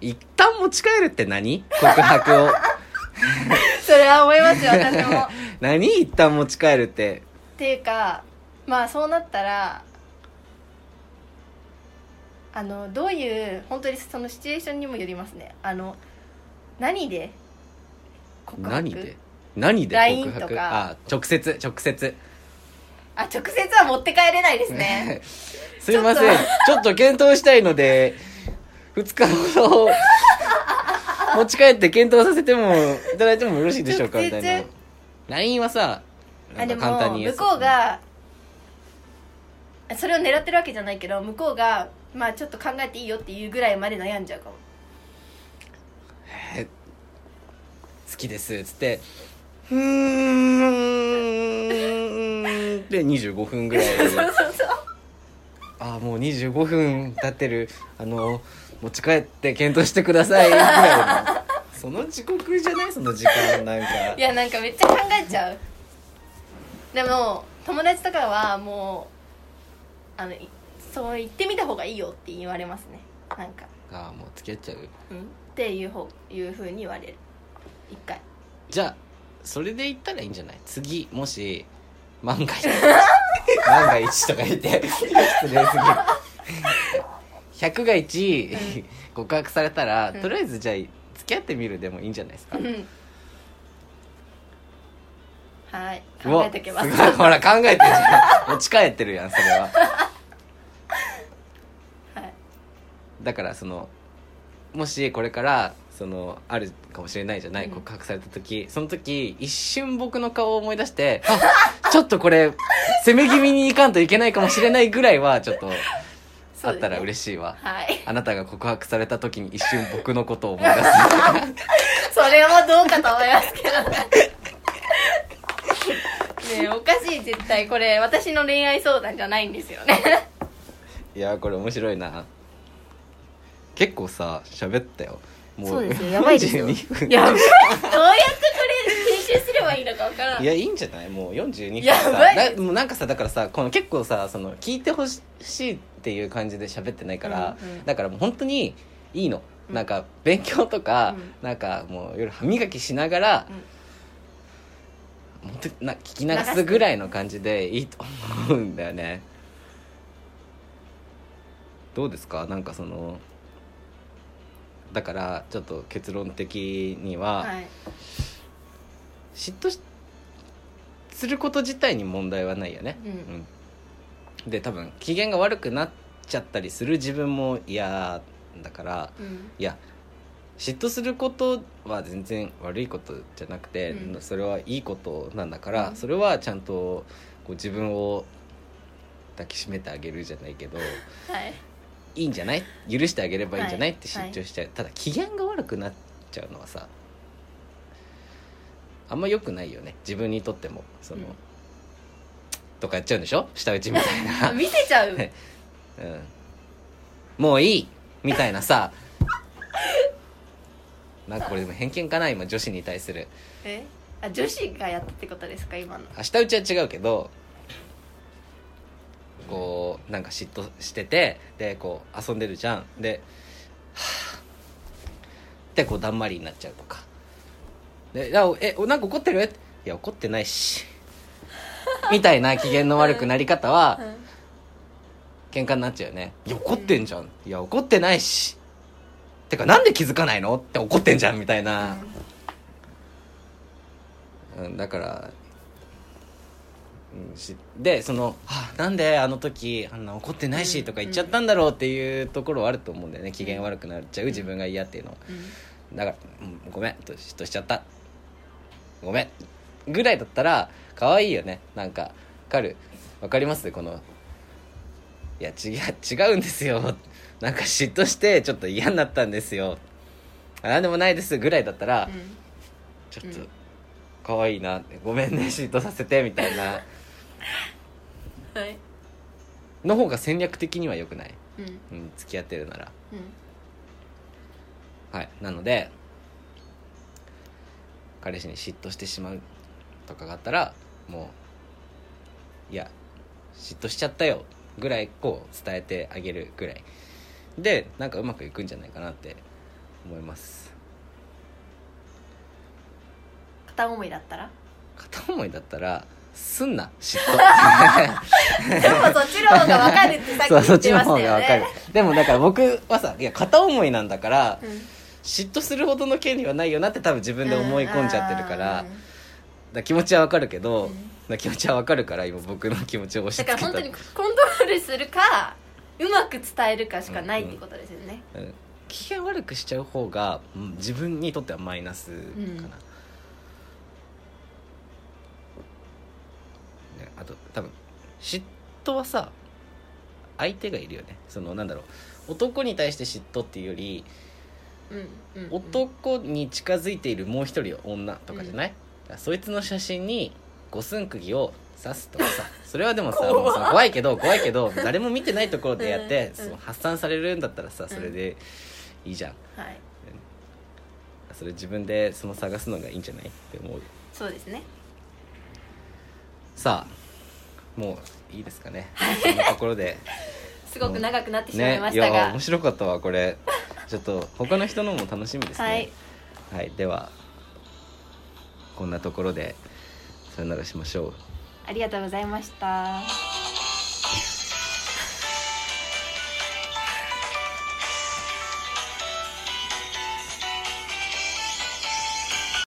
[SPEAKER 1] 一旦持ち帰るって何告白を
[SPEAKER 2] それは思いますよ私もっ
[SPEAKER 1] 何一旦持ち帰るって
[SPEAKER 2] ていうかまあそうなったらあのどういう本当にそのシチュエーションにもよりますねあの何で告白
[SPEAKER 1] 何で何で
[SPEAKER 2] LINE
[SPEAKER 1] 告白
[SPEAKER 2] とか
[SPEAKER 1] あ直接直接
[SPEAKER 2] あ直接は持って帰れないです ね
[SPEAKER 1] すいませんちょっと検討したいので2日ほど持ち帰って検討させてもいただいてもよろしいでしょうかみ
[SPEAKER 2] 直
[SPEAKER 1] た
[SPEAKER 2] 接
[SPEAKER 1] いな LINE はさな
[SPEAKER 2] あ
[SPEAKER 1] ん
[SPEAKER 2] で
[SPEAKER 1] か
[SPEAKER 2] も
[SPEAKER 1] 簡単に言え
[SPEAKER 2] 向
[SPEAKER 1] そう
[SPEAKER 2] こうがそれを狙ってるわけじゃないけど向こうがまあちょっと考えていいよっていうぐらいまで悩んじゃうかも
[SPEAKER 1] えー好きですっつって「うーん」で25分ぐらい
[SPEAKER 2] そうそう
[SPEAKER 1] ああもう25分経ってるあの持ち帰って検討してくださいぐらいのその時刻じゃないその時間なんか
[SPEAKER 2] いやなんかめっちゃ考えちゃうでも友達とかはもうあのいそう言ってみた方がいいよって言われますねなんか、
[SPEAKER 1] ああもう付き合っちゃう
[SPEAKER 2] うん、っていう方いうふうに言われる一回
[SPEAKER 1] じゃあそれで言ったらいいんじゃない次もし万が一 万が一とか言って失礼すぎる100が1、告白されたら、
[SPEAKER 2] うん
[SPEAKER 1] とりあえずじゃあ付き合ってみるでもいいんじゃないですか、
[SPEAKER 2] うんはいう
[SPEAKER 1] わ
[SPEAKER 2] 考えておきます
[SPEAKER 1] ごいほら考えてるじゃん持ち帰ってるやんそれは
[SPEAKER 2] はい
[SPEAKER 1] だからそのもしこれからそのあるかもしれないじゃない
[SPEAKER 2] うん
[SPEAKER 1] 告白された時その時一瞬僕の顔を思い出してあちょっとこれ攻め気味にいかんといけないかもしれないぐらいはちょっとあったら
[SPEAKER 2] しい
[SPEAKER 1] 嬉しいわ、
[SPEAKER 2] はい
[SPEAKER 1] あなたが告白された時に一瞬僕のことを思い出 す
[SPEAKER 2] それはどうかと思いますけどねねえおかしい絶対これ私の恋愛相談じゃないんですよね
[SPEAKER 1] いやーこれ面白いな結構さ喋ったよも
[SPEAKER 2] そうですよやばい ですよ
[SPEAKER 1] 42分
[SPEAKER 2] やばいどうやってこれ編集すればいいのかわからない
[SPEAKER 1] いやいいんじゃないもう42分
[SPEAKER 2] や
[SPEAKER 1] さ
[SPEAKER 2] ばいです
[SPEAKER 1] なもうなんかさだからさこの結構さその聞いてほしいっていう感じで喋ってないから、
[SPEAKER 2] うんうん
[SPEAKER 1] だからもう本当にいいの、
[SPEAKER 2] うん
[SPEAKER 1] なんか勉強とか、
[SPEAKER 2] う
[SPEAKER 1] なんかもう夜歯磨きしながら、もっとな聞き流すぐらいの感じでいいと思うんだよねどうですかなんかそのだからちょっと結論的には、
[SPEAKER 2] はい
[SPEAKER 1] 嫉妬しすること自体に問題はないよね、
[SPEAKER 2] うん
[SPEAKER 1] うんで多分機嫌が悪くなっちゃったりする自分も嫌だから
[SPEAKER 2] うん
[SPEAKER 1] いや嫉妬することは全然悪いことじゃなくて、
[SPEAKER 2] うん
[SPEAKER 1] それはいいことなんだから、
[SPEAKER 2] うん
[SPEAKER 1] それはちゃんとこう自分を抱きしめてあげるじゃないけど
[SPEAKER 2] はい
[SPEAKER 1] いいんじゃない許してあげればいいんじゃない、
[SPEAKER 2] は
[SPEAKER 1] っ
[SPEAKER 2] い
[SPEAKER 1] て嫉妬しちゃう、ただ機嫌が悪くなっちゃうのはさあんま良くないよね自分にとってもその、
[SPEAKER 2] うん
[SPEAKER 1] とかやっちゃうんでしょ舌打ちみたいな、
[SPEAKER 2] あ見せちゃ う
[SPEAKER 1] はいうん、もういいみたいなさなんかこれでも偏見かな今女子に対する
[SPEAKER 2] えあ女子がやったってことですか今の
[SPEAKER 1] あ舌打ちは違うけどこうなんか嫉妬しててでこう遊んでるじゃんで「はぁ」ってこうだんまりになっちゃうとか「でいやおえおなんか怒ってる?」いや怒ってないし」みたいな機嫌の悪くなり方は
[SPEAKER 2] うん
[SPEAKER 1] 喧嘩になっちゃうよね「いや怒ってんじゃん」「いや怒ってないし」てかなんで気づかないのって怒ってんじゃんみたいな、うん、だから、うん、しでその「あなんであの時あんな怒ってないし」とか言っちゃったんだろうっていうところはあると思うんだよね機嫌悪くなっちゃう自分が嫌っていうのは
[SPEAKER 2] うん
[SPEAKER 1] だから「うん、ごめん」と嫉妬しちゃったごめんぐらいだったら可愛いよねなんかわかるわかりますこの「いや違う違うんですよ」なんか嫉妬してちょっと嫌になったんですよあなんでもないですぐらいだったら、
[SPEAKER 2] うん
[SPEAKER 1] ちょっと
[SPEAKER 2] うん
[SPEAKER 1] 可愛いなってごめんね嫉妬させてみたいな
[SPEAKER 2] はい
[SPEAKER 1] の方が戦略的には良くない、
[SPEAKER 2] うん
[SPEAKER 1] うん、付き合ってるなら
[SPEAKER 2] うん
[SPEAKER 1] はい、なので彼氏に嫉妬してしまうとかがあったらもういや嫉妬しちゃったよぐらいこう伝えてあげるぐらいでなんかうまくいくんじゃないかなって思います
[SPEAKER 2] 片思い だったら
[SPEAKER 1] 片思いだったらすんな嫉妬
[SPEAKER 2] でもそっちの方がわかるってさっき
[SPEAKER 1] そ
[SPEAKER 2] 言
[SPEAKER 1] うそっ
[SPEAKER 2] っ
[SPEAKER 1] ち
[SPEAKER 2] て
[SPEAKER 1] の
[SPEAKER 2] まし
[SPEAKER 1] 方
[SPEAKER 2] た
[SPEAKER 1] が
[SPEAKER 2] よ
[SPEAKER 1] わかる
[SPEAKER 2] ね
[SPEAKER 1] でもだから僕はさいや片思いなんだから
[SPEAKER 2] うん
[SPEAKER 1] 嫉妬するほどの権利はないよなって多分自分で思い込んじゃってるから,、
[SPEAKER 2] うん
[SPEAKER 1] だから気持ちはわかるけど、
[SPEAKER 2] うん
[SPEAKER 1] だから気持ちはわかるから今僕の気持ちを押し
[SPEAKER 2] だ
[SPEAKER 1] 付
[SPEAKER 2] から
[SPEAKER 1] けた
[SPEAKER 2] 本当にコントロールするかうまく伝えるかしかないってことですよね、
[SPEAKER 1] うん機嫌悪くしちゃう方が、うん自分にとってはマイナスかな、
[SPEAKER 2] うん
[SPEAKER 1] ね、あと多分嫉妬はさ相手がいるよねそのなんだろう男に対して嫉妬っていうより
[SPEAKER 2] うんうんうん
[SPEAKER 1] 男に近づいているもう一人女とかじゃない、だからそいつの写真に五寸釘を刺すとかさ それはでもさ
[SPEAKER 2] 怖っ
[SPEAKER 1] もうその怖いけど怖いけど誰も見てないところでやって、
[SPEAKER 2] うんうん
[SPEAKER 1] その発散されるんだったらさそれでいいじゃん、
[SPEAKER 2] はい
[SPEAKER 1] それ自分でその探すのがいいんじゃないって思う
[SPEAKER 2] そうですね
[SPEAKER 1] さあもういいですかねそんなところです
[SPEAKER 2] ごく長くなってしま
[SPEAKER 1] ね
[SPEAKER 2] いま
[SPEAKER 1] い
[SPEAKER 2] した
[SPEAKER 1] や
[SPEAKER 2] が、
[SPEAKER 1] 面白かったわこれちょっと他の人のも楽しみですね
[SPEAKER 2] はい、
[SPEAKER 1] はい、ではこんなところでさよならしましょう
[SPEAKER 2] ありがとうございました